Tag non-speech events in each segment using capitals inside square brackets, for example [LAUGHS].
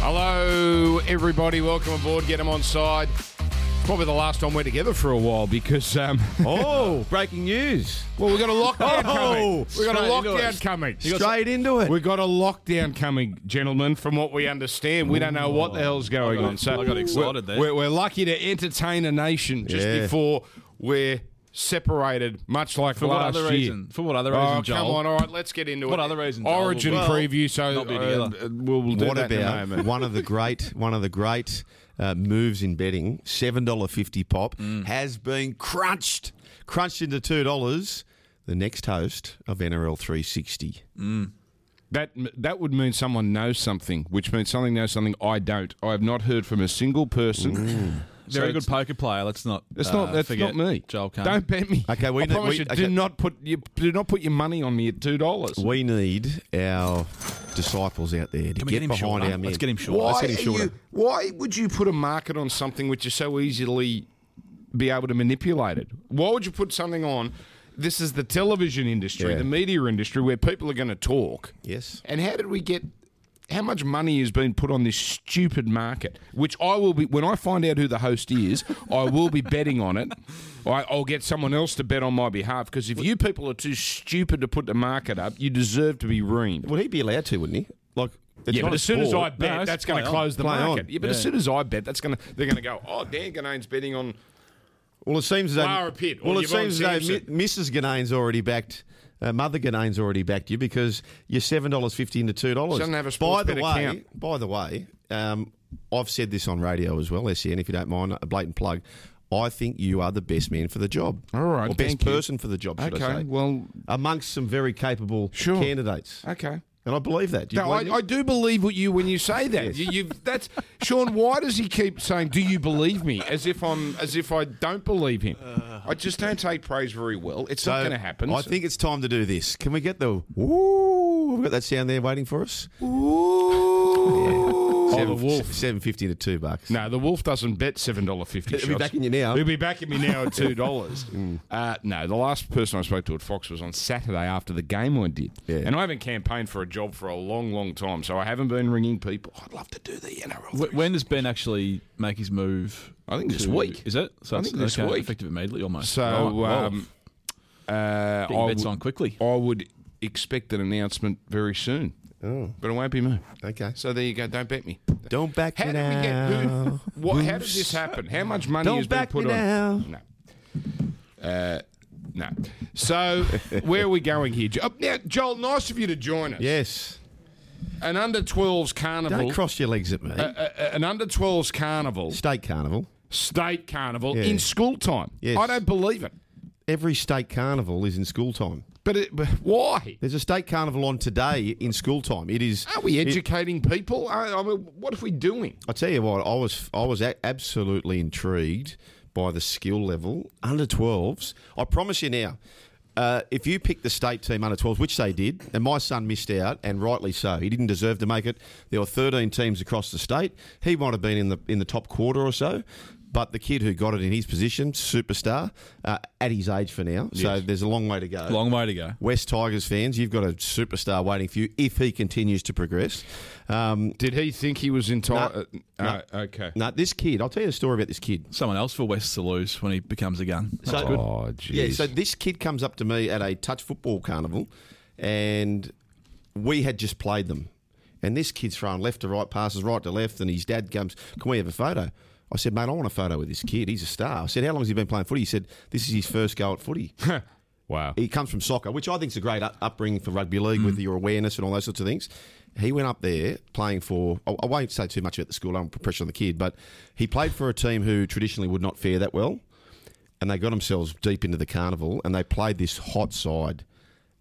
Hello, everybody. Welcome aboard. Get them on side. Probably the last time we're together for a while because [LAUGHS] um, [LAUGHS] Oh, breaking news. well, we got a lockdown coming. Oh, We got a straight into lockdown it. coming. Straight into it. We got a lockdown coming, gentlemen. From what we understand, we don't know what the hell's going on. So I got excited we're, there. We're, we're lucky to entertain a nation just Yeah. before we're separated, much like For what last other year. reason? For what other Oh, reason, come Joel? on! All right, let's get into What it. other reason, Joel? Origin Well, preview. So not be uh, together. we'll, we'll do What that in a moment. about one of the great [LAUGHS] one of the great uh, moves in betting? Seven dollar fifty pop Mm. has been crunched, crunched into two dollars. The next host of NRL three sixty. That that would mean someone knows something, which means something knows something I don't. I have not heard from a single person. Very So good poker player. Let's not. That's uh, not that's forget not me. Joel Kahn. Don't bet me. Okay, we I know- promise we- you, okay. do not put you do not put your money on me at two dollars. We need our disciples out there to Can we get, get him behind shorter? our men. Let's get him shorter. Let's get him shorter. why would you put a market on something which is so easily be able to manipulate it? Why would you put something on? This is the television industry, Yeah. the media industry, where people are going to talk. Yes. And how did we get? How much money has been put on this stupid market? Which I will be when I find out who the host is, I will be betting on it. I, I'll get someone else to bet on my behalf because if you people are too stupid to put the market up, you deserve to be ruined. Well, he'd be allowed to, wouldn't he? Like, it's yeah, not but a as soon as I sport. bet, No, it's that's going to play on. close the Play market. on. Yeah, but as soon as I bet, that's going to they're going to go. Oh, Dan Ganane's betting on. Well, it seems as though Flower pit or Well, it Yvonne seems as though Sampson. Mi- Mrs. Ganane's already backed. Uh, Mother Ganane's already backed you because you're seven dollars fifty into two dollars. Doesn't have a by sports the bet way, account. by the way, um, I've said this on radio as well, SEN. If you don't mind, a blatant plug. I think you are the best man for the job. All right, or best thank you. person for the job. Should I Okay, say. well- amongst some very capable Sure. candidates, Okay. and I believe that. Do you No, I, believe I it? do believe what you when you say that. Yes. You, you've, that's Sean. Why does he keep saying, "Do you believe me?" As if I'm, as if I don't believe him. I just don't take praise very well. It's not Uh, So, going to happen. I think it's time to do this. Can we get the? Ooh, we've got that sound there waiting for us. Ooh. Seven, oh, the wolf. Seven fifty to two bucks. No, the wolf doesn't bet seven dollar fifty. He'll be backing you now. Mm. He'll be backing me now at two [LAUGHS] dollars. uh, no, the last person I spoke to at Fox was on Saturday after the game I did, Yeah. and I haven't campaigned for a job for a long, long time, so I haven't been ringing people. I'd love to do the NRL. Wh- When does Ben actually make his move? I think this to- week. Is it? So I it's- think this okay, week. effective immediately almost. So, Right, well, um, uh, I getting bets would- on quickly. I would expect an announcement very soon. Oh. But it won't be me. Okay. So there you go. Don't bet me. Don't back How me did we get? Who, now. what, how did this happen? How much money Don't has been back put me on? No. Uh, no. So where are we going here? Jo- Oh, now, Joel, nice of you to join us. [LAUGHS] Yes. An under 12s Don't carnival. cross your legs at me. a- a- an under 12s carnival, state carnival. state carnival Yeah. in school time. Yes. I don't believe it. Every state carnival is in school time. But, it, but why? There's a state carnival on today in school time. It is. Are we educating people? I, I mean, what are we doing? I tell you what, I was I was a- absolutely intrigued by the skill level under 12s. I promise you now, uh, if you pick the state team under 12s, which they did, and my son missed out, and rightly so, he didn't deserve to make it. There were 13 teams across the state. He might have been in the in the top quarter or so. But the kid who got it in his position, superstar, uh, at his age for now. So there's a long way to go. long way to go. West Tigers fans, you've got a superstar waiting for you if he continues to progress. Um, Did he think he was entitled? uh, okay. no, this kid. I'll tell you a story about this kid. Someone else for West to lose when he becomes a gun. That's So- good. Oh, Yeah. jeez. So this kid comes up to me at a touch football carnival, and we had just played them, and this kid's throwing left to right passes, right to left, and his dad comes, "Can we have a photo?" I said, "Mate, I want a photo with this kid. He's a star." I said, "How long has he been playing footy?" He said, "This is his first go at footy." wow. he comes from soccer, which I think is a great up- upbringing for rugby league Mm. with your awareness and all those sorts of things. He went up there playing for. I I won't say too much about the school. I don't put pressure on the kid, but he played for a team who traditionally would not fare that well, and they got themselves deep into the carnival and they played this hot side,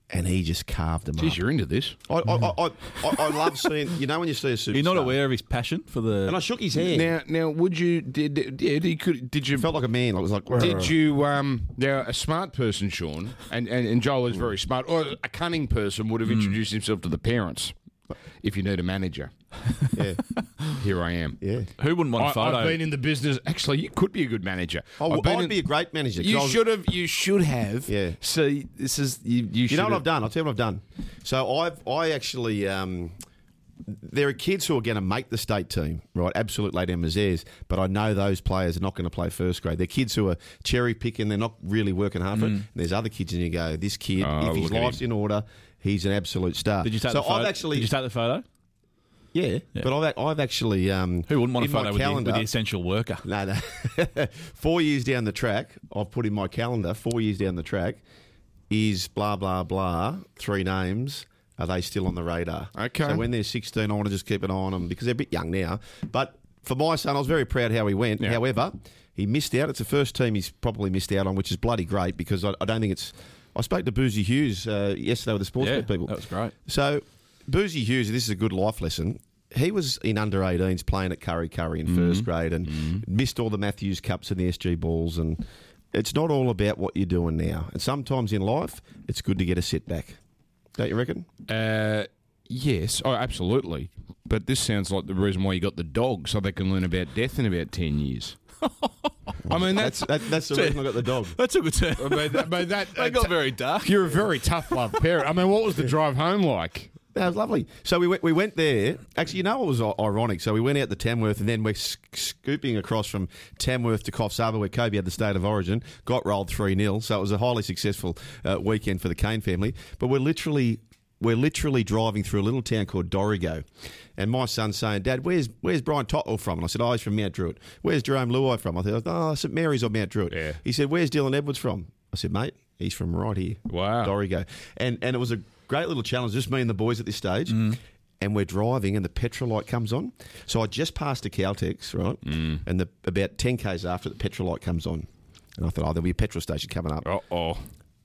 and he just carved them Jeez, mm. you're into this. up. I, I, I, I, I love seeing. You know when you see a superstar. You're not aware of his passion for the. And I shook his hand. Now, now, would you? Did, did, did he could? Did you? felt like a man. I was like, Did you? Um, now, a smart person, Sean, and, and, and Joel is very smart, or a cunning person would have Mm. introduced himself to the parents. If you need a manager, Yeah, here I am. yeah. who wouldn't want a I, photo? have been in the business. Actually, you could be a good manager. [LAUGHS] I, I've would been in- Oh, be a great manager. 'cause You I was- should have. You should have. Yeah. See, this is you. You, You should know what have- I've done? I'll tell you what I've done. So I've I actually um, there are kids who are going to make the state team, right? Absolute late Emma's heirs, but I know those players are not going to play first grade. They're kids who are cherry picking, they're not really working hard for it. Mm. And there's other kids, and you go, this kid, Oh, if his look at life's in order, he's an absolute star. Did you take so the photo? I've actually, Did you take the photo? yeah, but I've, I've actually, um, Who wouldn't want in a my photo with the, with calendar- the essential worker? no, no. [LAUGHS] four years down the track, I've put in my calendar, four years down the track, is blah, blah, blah, three names. Are they still on the radar? Okay. So when they're 16, I want to just keep an eye on them because they're a bit young now. But for my son, I was very proud how he went. Yeah. However, he missed out. It's the first team he's probably missed out on, which is bloody great because I, I don't think it's. I spoke to Boozy Hughes uh, yesterday with the sports Yeah, people. that was great. So, Boozy Hughes, this is a good life lesson. He was in under 18s playing at Curry Curry in first grade and missed all the Matthews Cups and the SG balls. And it's not all about what you're doing now. And sometimes in life, it's good to get a setback. Don't you reckon? Uh, yes, oh, absolutely. But this sounds like the reason why you got the dog, so they can learn about death in about ten [LAUGHS] years. I mean, that's. That's that, that's the reason I got the dog. That took a turn. [LAUGHS] I mean, that, I mean, [LAUGHS] that- That got very dark. you're a very tough love parent. I mean, what was the drive home like? That was lovely. So we went, we went there. Actually, you know what was i- ironic? So we went out to Tamworth and then we're sc- scooping across from Tamworth to Coffs Harbour where Kobe had the state of origin, got rolled 3 0. So it was a highly successful uh, weekend for the Kane family. But we're literally. We're literally driving through a little town called Dorigo. And my son's saying, Dad, where's where's Brian Totwell from? And I said, Oh, he's from Mount Druitt. Where's Jerome Luai from? I said, Oh, St Mary's or Mount Druitt. Yeah. He said, Where's Dylan Edwards from? I said, Mate, he's from right here. Wow. Dorigo. And and it was a great little challenge, just me and the boys at this stage. And we're driving and the petrol light comes on. So I just passed a Caltex, right? Mm. And the about 10 Ks after the petrol light comes on. And I thought, oh, there'll be a petrol station coming up. Uh oh.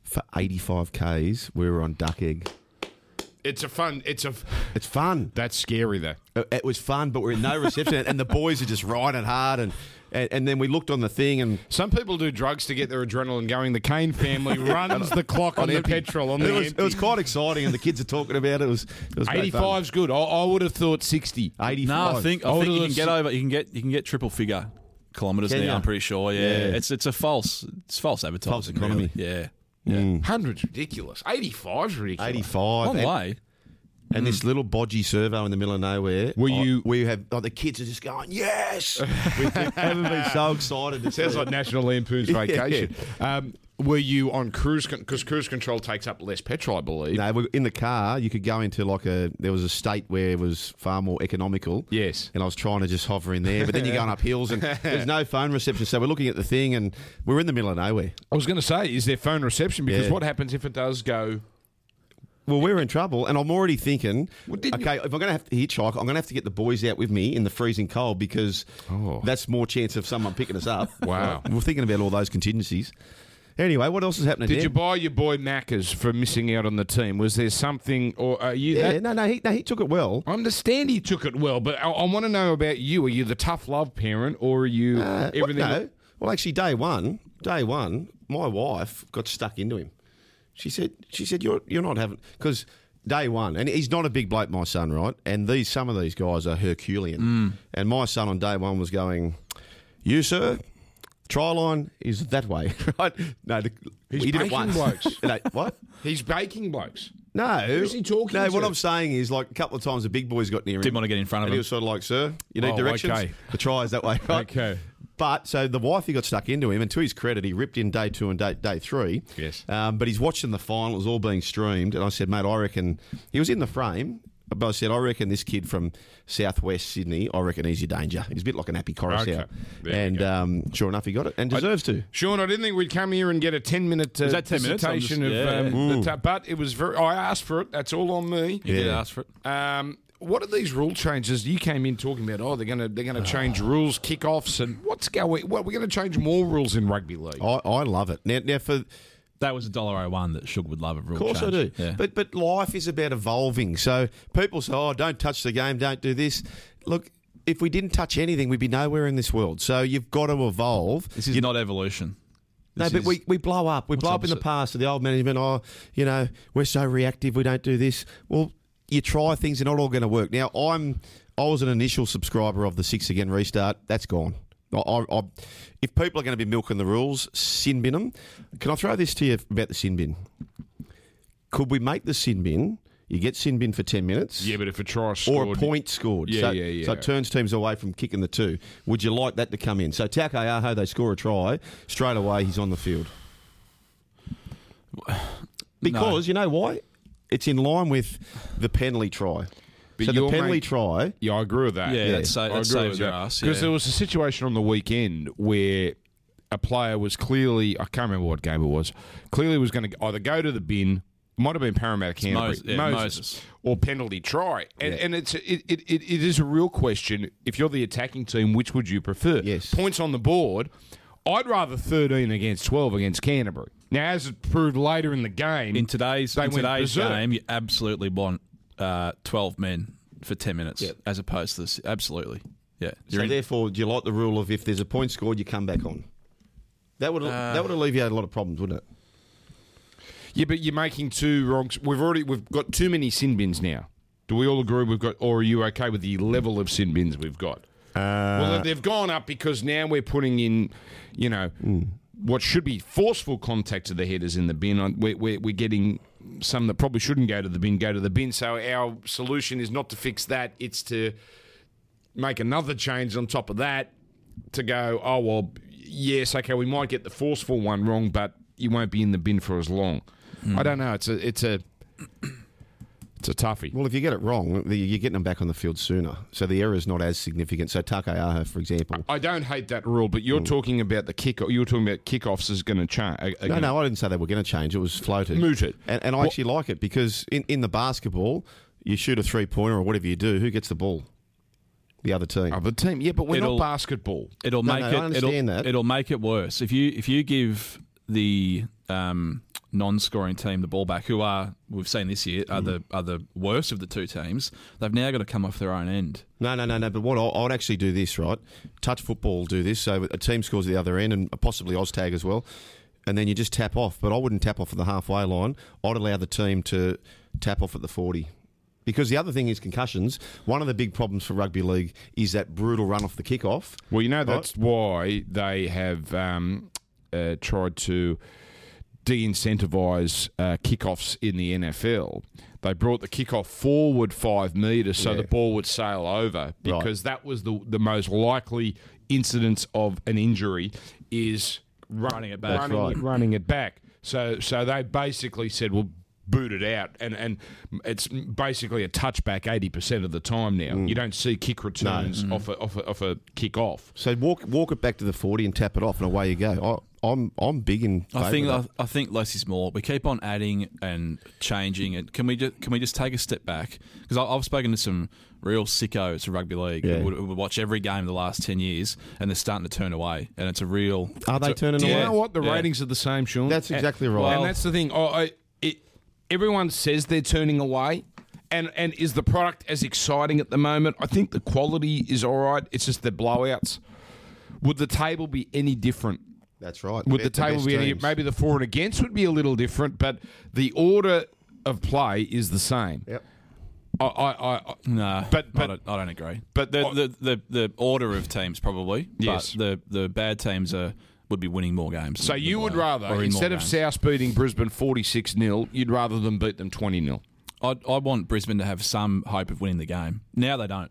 For 85 Ks, we were on Duck Egg. It's a fun. It's a. It's fun. Uh, That's scary though. It it was fun, but we're in no reception. and the boys are just riding hard. And, and, and then we looked on the thing and Some people do drugs to get their adrenaline going. The Kane family [LAUGHS] runs the clock on, the petrol on it the was, empty. it was quite exciting. And the kids are talking about it. It was, it was great fun. 85's good. I, I would have thought 60. 85. No, I think I Older think you than can get si- over. You can get you can get triple figure kilometers Can now. ya? I'm pretty sure. Yeah. Yeah. it's it's a false it's false advertising. False economy. really. Yeah, 100's ridiculous. 85's ridiculous. 85. one And- way. and this little bodgy servo in the middle of nowhere. Mm. Were I- you- we have oh, the kids are just going [LAUGHS] yes. we haven't been so excited. to see Sounds it. like National [LAUGHS] Lampoon's Vacation. Um, were you on cruise because cruise control takes up less petrol, I believe. No, we- in the car, you could go into like a. There was a state where it was far more economical. Yes. And I was trying to just hover in there, but then [LAUGHS] you're going up hills and there's no phone reception. So we're looking at the thing and we're in the middle of nowhere. I was going to say, is there phone reception? Because Yeah. what happens if it does go? Well, we're in trouble, and I'm already thinking. didn't okay, if I'm going to have to hitchhike, I'm going to have to get the boys out with me in the freezing cold because Oh. that's more chance of someone picking us up. [LAUGHS] Wow. we're thinking about all those contingencies. Anyway, what else is happening? Did Dan? you buy your boy Maccas for missing out on the team? Was there something, or are you Yeah, that? no, no, he, no, he took it well. I understand he took it well, but I, I want to know about you. Are you the tough love parent, or are you Uh, what- everything? no. Well, actually, day one, day one, my wife got stuck into him. She said, "She said you're you're not having because day one, and he's not a big bloke, my son, right? And these some of these guys are Herculean, Mm. and my son on day one was going, you sir." Trial line is that way, [LAUGHS] right? No, the, He's he did it baking once. blokes. [LAUGHS] No, what? He's baking blokes. No. Who's he talking No, what to? I'm saying is, like, a couple of times the big boys got near him. Didn't want to get in front of And him. he was sort of like, sir, you need Oh, directions? okay. The try is [LAUGHS] that way, right? Okay. But so the wife, he got stuck into him, and to his credit, he ripped in day two and day, day three. Yes. Um, but he's watching the final, it was all being streamed. And I said, mate, I reckon he was in the frame. But I said, I reckon this kid from southwest Sydney, I reckon he's your danger. He's a bit like an happy chorus Okay. out. There you And go. um, sure enough, he got it and deserves to. Sean, I didn't think we'd come here and get a ten-minute uh, that 10 minutes? I'm dissertation just- yeah, of um, the ta- but it was very. I asked for it. That's all on me. You did ask for it. Um, what are these rule changes? You came in talking about oh they're gonna they're Ah. gonna change rules, kickoffs, and what's going? What we're gonna change more rules in rugby league? I, I love it. Now, now for That was a dollar oh one that Sugar would love a rule Of course change. I do. Yeah. But but life is about evolving. So people say, "Oh, don't touch the game, don't do this." Look, if we didn't touch anything, we'd be nowhere in this world. So you've got to evolve. this is not evolution. No, This but is- we, we blow up. We blow up in the opposite? past. So the old management, oh, you know, we're so reactive. We don't do this. Well, you try things, they're not all going to work. Now, I'm I was an initial subscriber of the Six Again Restart. That's gone. I, I, I, if people are going to be milking the rules, sin bin them. Can I throw this to you about the sin bin? Could we make the sin bin you get sin bin for 10 minutes. Yeah, but if a try or a scored, point scored. Yeah, so, yeah, yeah. So it turns teams away from kicking the two. Would you like that to come in? So Tauke Aho, they score a try straight away. He's on the field [SIGHS] because you know why? It's in line with the penalty try. But so the you're penalty make- try. Yeah, I agree with that. Yeah, that sa- I that agree saves with your that. ass, yeah. there was a situation on the weekend where a player was clearly, I can't remember what game it was, clearly was going to either go to the bin, might have been Parramatta Canterbury, Moses- yeah, Moses. or penalty try. And, and it's it, it, it, it is a real question. If you're the attacking team, which would you prefer? Yes. Points on the board. I'd rather 13 against 12 against Canterbury. Now, as it proved later in the game, In today's They in went today's berserk. game, you absolutely want uh, twelve men for ten minutes as opposed to this. Absolutely, yeah. So You're in- therefore, do you like the rule of if there's a point scored, you come back on? That Uh. would that would alleviate a lot of problems, wouldn't it? Yeah, but you're making two wrongs. We've already we've got too many sin bins now. Do we all agree we've got, or are you okay with the level of sin bins we've got? well, they've gone up because now we're putting in, you know, what should be forceful contact to the headers in the bin. I- We're, we're, we're getting some that probably shouldn't go to the bin go to the bin. So our solution is not to fix that; it's to make another change on top of that to go, oh, well, yes, okay, we might get the forceful one wrong, but you won't be in the bin for as long. I don't know. It's a, it's a, it's a toughie. Well, if you get it wrong, the- you're getting them back on the field sooner, so the error is not as significant. So Take Aho, for example. I don't hate that rule, but Mm. you're talking about the kick. You're talking about kickoffs is uh, going to change. No, no, I didn't say they were going to change. It was floated. Mooted. And, and I actually like it because in, in the basketball, you shoot a three pointer or whatever you do, who gets the ball? The other team. Other team, yeah, but we're It'll- not basketball. It'll No, make no, it. I understand it'll, that. it'll make it worse if you if you give the um, non-scoring team the ball back, who are we've seen this year Hmm. are the are the worst of the two teams. They've now got to come off their own end. No, no, no, no. But what I, I would actually do this, right? Touch football, do this. So a team scores at the other end and possibly Oztag as well. And then you just tap off. But I wouldn't tap off at the halfway line. I'd allow the team to tap off at the 40. Because the other thing is concussions. One of the big problems for rugby league is that brutal run off the kickoff. Well, you know that's why they have um, uh, tried to de-incentivize uh, kickoffs in the NFL. They brought the kickoff forward five meters so Yeah. the ball would sail over because that was the the most likely incidence of an injury is run- Running it back. running, That's it, running it back. So so they basically said, well. Boot it out, and and it's basically a touchback eighty percent of the time now. You don't see kick returns off a, off a, off a kick off. So walk walk it back to the 40 and tap it off, and away you go. I, I'm I'm big in. I favour think of that. I, I think less is more. We keep on adding and changing, and can we just can we just take a step back? Because I've spoken to some real sickos of rugby league Yeah. who would, who would watch every game the last ten years, and they're starting to turn away, and it's a real. Are they it's a- turning Do away? you know what? The Yeah. ratings are the same, Sean. That's exactly right. and that's the thing. Oh, I, it, everyone says they're turning away, and and is the product as exciting at the moment? I think the quality is all right. It's just the blowouts. Would the table be any different? That's right. Would be- the table best be any? teams. Maybe the for and against would be a little different, but the order of play is the same. Yep. I, I, I, No, But- but- I, don't, I don't agree. but- But the, I- the, the, the order of teams probably. Yes. But the the bad teams are would be winning more games. So than you the would bad- or rather in instead more of games. South beating Brisbane forty six 0 you'd rather them beat them twenty 0 I I want Brisbane to have some hope of winning the game. Now they don't.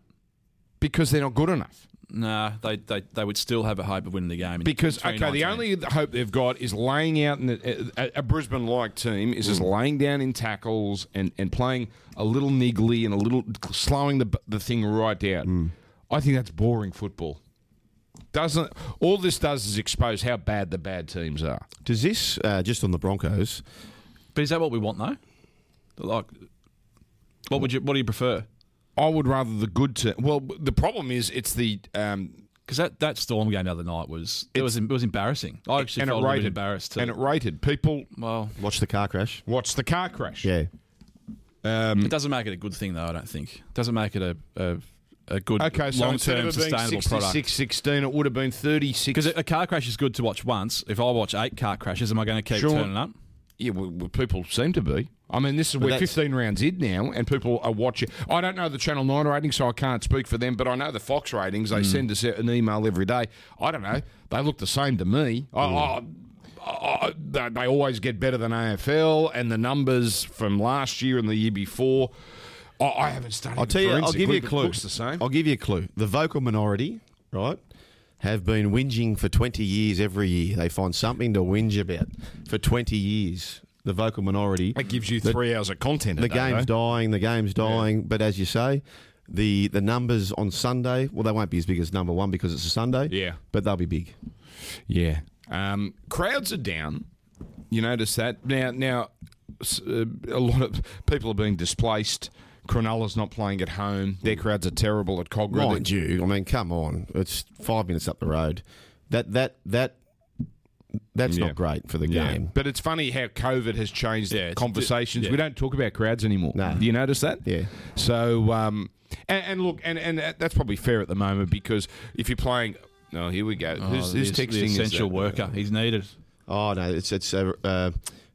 because they're not good enough. Nah, they they, they would still have a hope of winning the game. in Because okay, the 2019. only hope they've got is laying out in the, a, a Brisbane-like team is Mm. just laying down in tackles and, and playing a little niggly and a little slowing the the thing right down. Mm. I think that's boring football. Doesn't all this does is expose how bad the bad teams are. Does this uh, just on the Broncos? But is that what we want though? Like, what would you? What do you prefer? I would rather the good team. Well, the problem is it's the um, Because that, that storm game the other night was it was it was embarrassing. I actually and it felt a little bit rated embarrassed. Too. and it rated people well, Watch the car crash. watch the car crash. Yeah. it doesn't make it a good thing though. I don't think it doesn't make it a a, a good Okay, so long instead term of it being sustainable product. 66 16, it would have been 36 Because a car crash is good to watch once. If I watch eight car crashes, am I going to keep Sure. turning up? Yeah, well, well, people seem to be. I mean, this is we're that's- 15 rounds in now, and people are watching. I don't know the Channel 9 ratings, so I can't speak for them, but I know the Fox Mm. Mm. ratings. They send us an email every day. I don't know. They look the same to me. I, I, uh, they they always get better than AFL, and the numbers from last year and the year before. I, I haven't studied. I'll tell you. I'll give you a clue. Looks the same. I'll give you a clue. The vocal minority, right, have been whinging for twenty years. Every year, they find something to whinge about for twenty years. The vocal minority. that gives you three hours of content. a The day, game's though. dying. The game's dying. But as you say, the the numbers on Sunday. Well, they won't be as big as number one because it's a Sunday. Yeah. But they'll be big. Yeah. Um, crowds are down. You notice that now. Now, s- uh, a lot of people are being displaced. Cronulla's not playing at home. Their crowds are terrible at Cogra. Mind you, I mean, come on, it's five minutes up the road. That that that that's Yeah. not great for the game. But it's funny how COVID has changed Yeah, it's- conversations. yeah. We don't talk about crowds anymore. No. Do you notice that? Yeah. So, um, and, and look, and, and that's probably fair at the moment because if you're playing, oh, here we go. who's, who's the, texting? the is essential that? worker. He's needed. Oh no, it's it's uh, uh,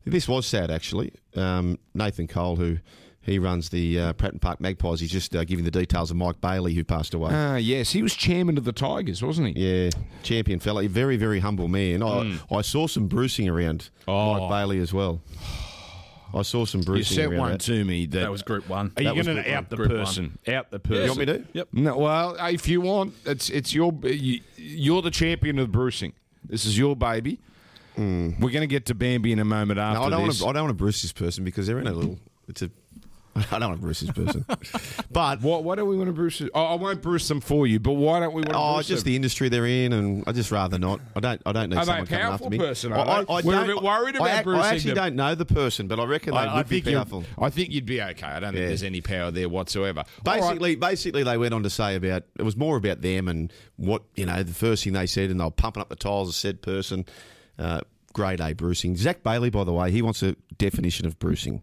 this was sad actually. Um, Nathan Cole, who he runs the uh, Pratt and Park Magpies, he's just uh, giving the details of Mike Bailey, who passed away. Ah, yes, he was chairman of the Tigers, wasn't he? Yeah, champion fella, very very humble man. I, I saw some bruising around Mm. Oh. Mike Bailey as well. I saw some You bruising sent around one that. to me that, That was Group One. Are That you was going group to one. out the Group one. person? Out the You person. want me to? Yep. No. Well, if you want, it's it's your you, you're the champion of bruising. This is your baby. We're going to get to Bambi in a moment after Mm. No, I don't want this. to. I don't want to bruise this person because they're in a little. It's a. [LAUGHS] I don't want to bruise this [LAUGHS] person, but Why, why don't we want to bruise? it? Oh, I won't bruise them for you, but why don't we want to oh, bruise just them? the industry they're in, and I just rather not. I don't. I don't need Are they a someone coming after powerful me. person, I, are I, they? I We're a don't- bit worried about I, ac- bruising I actually them. don't know the person, but I reckon they I, I would be think you're- powerful. I think you'd be okay. I don't think Yeah. there's any power there whatsoever. All right. Basically, basically, they went on to say about it was more about them and what you know. The first thing they said, and they were pumping up the tiles of said person. Uh, grade A bruising. Zach Bailey, by the way, he wants a definition of bruising,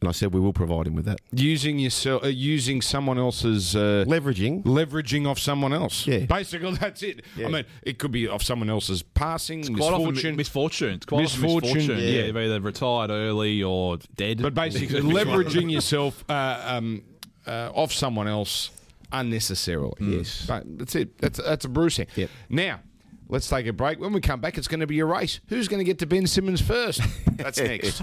and I said we will provide him with that. using yourself, uh, using someone else's. Uh, Leveraging Leveraging off someone else. Yeah. Basically, [LAUGHS] that's it. I Yeah. mean, it could be off someone else's passing, Quite often misfortune. misfortune. It's quite often Misfortune, misfortune. yeah. Yeah. they've either retired early or [LAUGHS] dead. But basically, leveraging yourself uh, um, uh, off someone else unnecessarily. Yes. But that's it. That's, that's a bruising. Yep. Now, let's take a break. When we come back, it's going to be a race. Who's going to get to Ben Simmons first? That's next.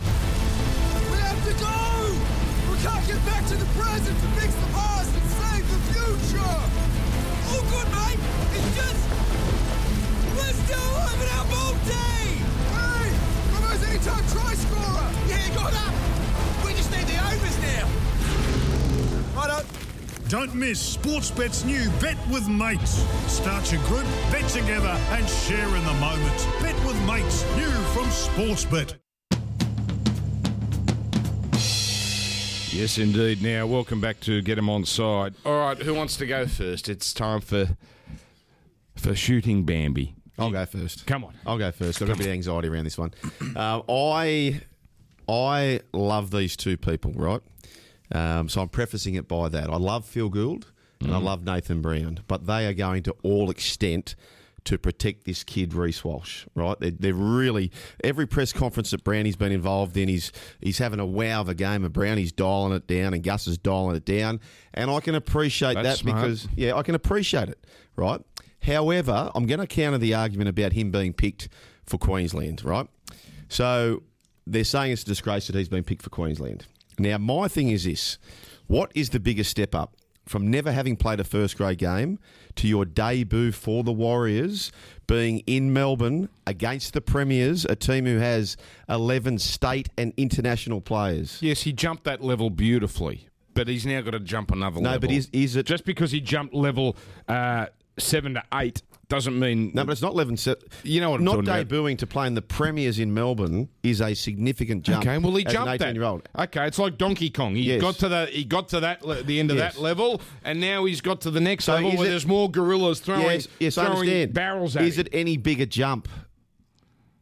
We have to go! We can't get back to the present to fix the past and save the future! All good, mate! It's just... We're still having our boat day! Hey! Ramo's anytime try scorer! Yeah, got up! We just need the overs now! Righto. Don't miss Sportsbet's new Bet with Mates. Start your group, bet together, and share in the moment. Bet with Mates, new from Sportsbet. yes, indeed. Now, welcome back to Get Him On Side. All right, who wants to go first? It's time for for shooting Bambi. I'll go first. Come on. I'll go first. I've got a bit of anxiety around this one. Uh, I I love these two people, right? Um, so I'm prefacing it by that. I love Phil Gould and I Mm-hmm. love Nathan Brown, but they are going to all extent to protect this kid Reese Walsh, right? They're, they're really every press conference that Brownie's been involved in, he's he's having a wow of a game, and Brownie's dialing it down, and Gus is dialing it down, and I can appreciate That's that smart. because yeah, I can appreciate it, right? However, I'm going to counter the argument about him being picked for Queensland, right? So they're saying it's a disgrace that he's been picked for Queensland. Now, my thing is this what is the biggest step up from never having played a first grade game to your debut for the Warriors being in Melbourne against the Premiers, a team who has 11 state and international players? Yes, he jumped that level beautifully, but he's now got to jump another No, level. but is, is it just because he jumped level uh, seven to eight doesn't mean No, but it's not eleven. Se- You know what I'm not talking about. debuting to playing the premiers in Melbourne is a significant jump. Okay, well he as jumped an that. eighteen year old. Okay, it's like Donkey Kong. He Yes. got to the he got to that le- the end of Yes. that level, and now he's got to the next So level is where it- there's more gorillas throwing Yes, yes, I throwing understand. barrels at is him. it any bigger jump?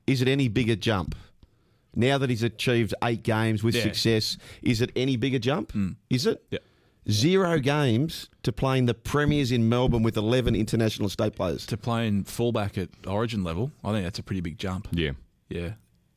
Is it any bigger jump? Now that he's achieved eight games with Yeah. success, is it any bigger jump? Hmm. Is it? Yeah. Zero games to playing the premiers in Melbourne with eleven international state players. to playing fullback at Origin level, I think that's a pretty big jump. Yeah. Yeah.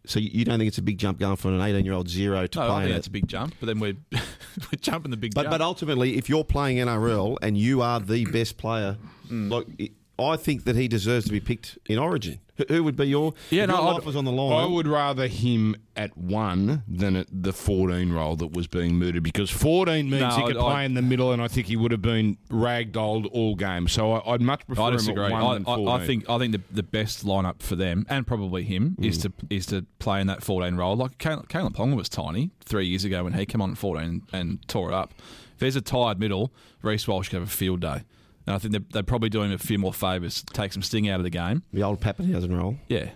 So you you don't think it's a big jump going from an eighteen-year-old zero to No, I playing think at that's a big jump. But then we're [LAUGHS] we're jumping the big But jump. Mm. but ultimately, if you're playing NRL and you are the best player, like it- I think that he deserves to be picked in Origin. Who- Who would be your? Yeah, if no, your I'd- life was on the I line. would rather him at one than at the 14 role that was being mooted because 14 means No, he could I'd- play in the middle, and I think he would have been ragdolled all game. So I, I'd much prefer I him disagree. at one I, than I, 14. I think I think the, the best lineup for them and probably him is to is to play in that 14 role. Like Cal- Caleb Ponga was tiny three years ago when he came on at 14 and, and tore it up. If there's a tired middle, Reese Walsh could have a field day, and I think they'd, they'd probably do him a few more favours, take some sting out of the game. the old Pappenhausen role. Yeah,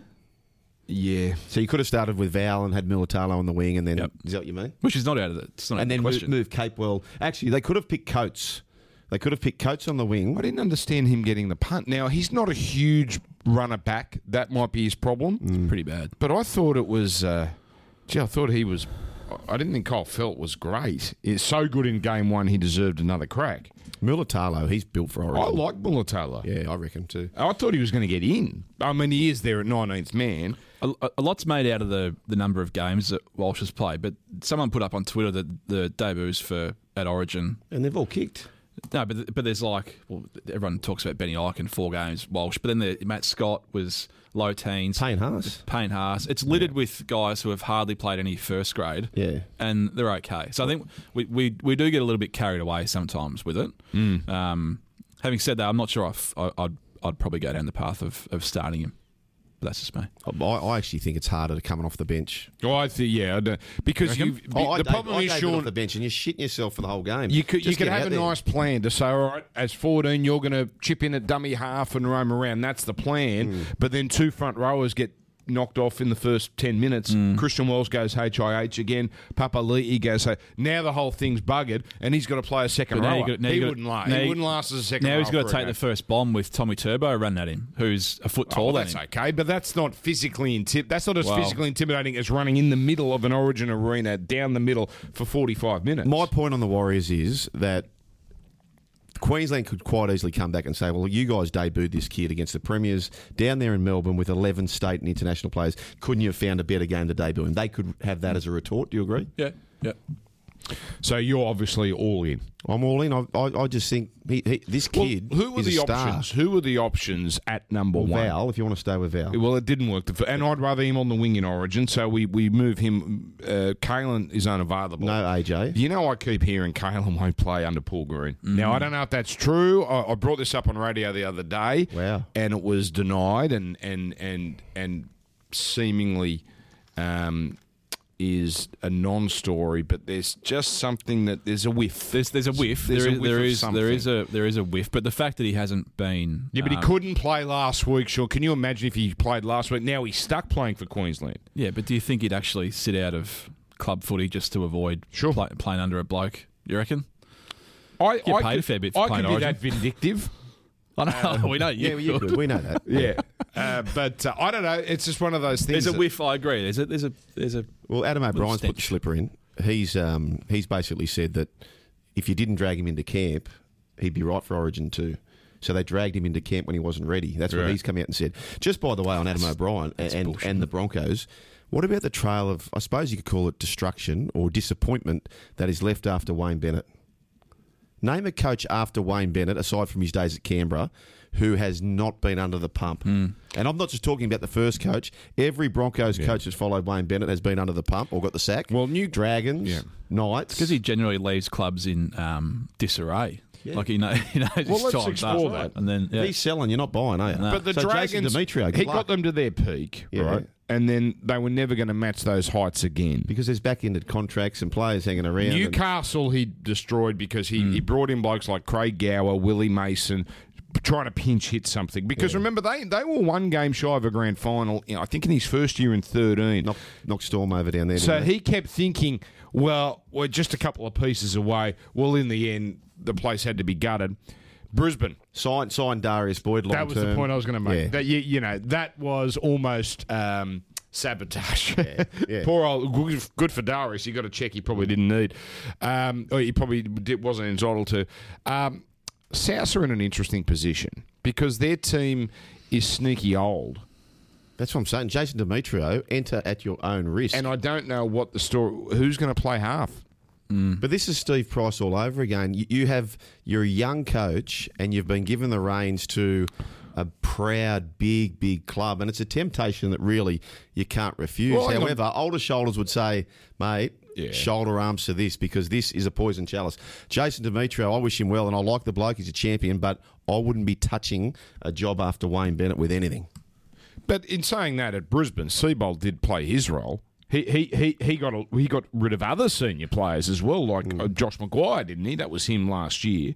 yeah. So you could have started with Val and had Militalo on the wing, and then Yep. is that what you mean? which is not out of the it's not out of and the then move, question. move Capewell. Actually, they could have picked Coates. They could have picked Coates on the wing. I didn't understand him getting the punt. Now, he's not a huge runner back. That might be his problem. Pretty bad. But I thought it was. Uh, gee, I thought he was. I- I didn't think Kyle Felt was great. It's so good in game one, he deserved another crack. Militalo, he's built for Origin. I like Mulatala. yeah, I reckon too. I thought he was going to get in. I mean, he is there at 19th man. A, a- a lot's made out of the, the number of games that Walsh has played, but someone put up on Twitter that the debuts for at Origin And they've all kicked. No, but but there's like well, everyone talks about Benny Eichen four games Walsh, but then the, Matt Scott was low teens. Payne Haas. Payne Haas. It's littered with guys who have hardly played any first grade. Yeah. and they're okay. So I think we we, we do get a little bit carried away sometimes with it. Hmm. Um, having said that, I'm not sure I f- I, would I'd probably go down the path of, of starting him. But that's just me. I, I actually think it's harder to coming off the bench. Oh, I think yeah, I don't, because you be, Oh, I the gave- problem I is gave it off Sean. the bench, and you're shitting yourself for the whole game. You could you Just could get have out a there. nice plan to say, all right, as fourteen, you're going to chip in at dummy half and roam around. That's the plan. Hmm. But then two front rowers get knocked off in the first ten minutes. Hmm. Christian Wells goes HIH again. Papa Lee goes. "Hey." Now the whole thing's buggered, and he's got to play a second But now rower. you got- now he you got- wouldn't last. now He you- wouldn't last as a second. Now he's rower for got to a take game. the first bomb with Tommy Turbo running at him, who's a foot Oh, taller that's than him. okay, but that's not physically inti- That's not as Well- physically intimidating as running in the middle of an Origin arena down the middle for forty-five minutes. My point on the Warriors is that Queensland could quite easily come back and say, well, you guys debuted this kid against the Premiers down there in Melbourne with 11 state and international players. Couldn't you have found a better game to debut? And they could have that as a retort. Do you agree? Yeah, yeah. so you're obviously all in. I'm all in. I, I, I just think he, he, this Well, kid. who were is a the star. options? Who were the options at number one? Val, if you want to stay with Val. Well, it didn't work, the f- and I'd rather him on the wing in Origin, so we, we move him. Uh, Kalen is unavailable. No, AJ. You know, I keep hearing Kalen won't play under Paul Green. Now, I don't know if that's true. I, I brought this up on radio the other day. Wow. And it was denied and and and and seemingly um, is a non-story, but there's just something that there's a whiff. There's there's a whiff. There's There's a there is whiff there of is there is something. a there is a whiff. But the fact that he hasn't been Yeah, but um, he couldn't play last week. Sure, can you imagine if he played last week? Now he's stuck playing for Queensland. Yeah, but do you think he'd actually sit out of club footy just to avoid Sure. play, playing under a bloke? You reckon? I, Get I paid could, a fair bit for I playing could be Origin. that vindictive. I know Uh, [LAUGHS] we know you. Yeah, well, you could. We know that. [LAUGHS] yeah, uh, but uh, I don't know. It's just one of those things. there's a that- whiff. I agree. There's a there's a there's a Well, Adam O'Brien's put the stench. slipper in. He's um, he's basically said that if you didn't drag him into camp, he'd be right for Origin too. So they dragged him into camp when he wasn't ready. That's what Right. he's come out and said. Just by the way, on Adam O'Brien a- and, and the Broncos, what about the trail of I suppose you could call it destruction or disappointment that is left after Wayne Bennett? Name a coach after Wayne Bennett, aside from his days at Canberra, who has not been under the pump. Hmm. And I'm not just talking about the first coach. Every Broncos coach that's followed Wayne Bennett has been under the pump or got the sack. Well, New- Dragons, Yeah. Knights. because he generally leaves clubs in um, disarray. Like he know [LAUGHS] he knows his let's time's explore up. that. and then yeah. he's selling. You're not buying, are you? But the so Jason Dragons, Demetrio, good he luck. got them to their peak, Yeah. right? And then they were never going to match those heights again. because there's back-ended contracts and players hanging around. and- Newcastle, he destroyed because he, Mm. he brought in blokes like Craig Gower, Willie Mason, trying to pinch hit something. Because remember, they, they were one game shy of a grand final, you know, I think in his first year in 13. knock, knock Storm over down there. So didn't he kept thinking, well, we're just a couple of pieces away. Well, in the end, the place had to be gutted. Brisbane. sign sign Darius Boyd. that was the long-term. point I was going to make. Yeah. That you, you know, that was almost um, sabotage. yeah. [LAUGHS] Poor old, good- good for Darius. He got a check he probably didn't need, um, or he probably did, wasn't entitled to. Um, South are in an interesting position because their team is sneaky old, That's what I'm saying. Jason Demetrio, enter at your own risk. and I don't know what the story. Who's going to play half? But this is Steve Price all over again. You, you have you're a young coach and you've been given the reins to a proud, big, big club, and it's a temptation that really you can't refuse. Well, hang on. However, older shoulders would say, mate. Yeah. Shoulder arms to this because this is a poison chalice. Jason Demetrio, I wish him well, and I like the bloke. He's a champion, but I wouldn't be touching a job after Wayne Bennett with anything. But in saying that, at Brisbane, Seabold did play his role. He he he, he got a, he got rid of other senior players as well, like Mm. uh, Josh Maguire, didn't he? That was him last year.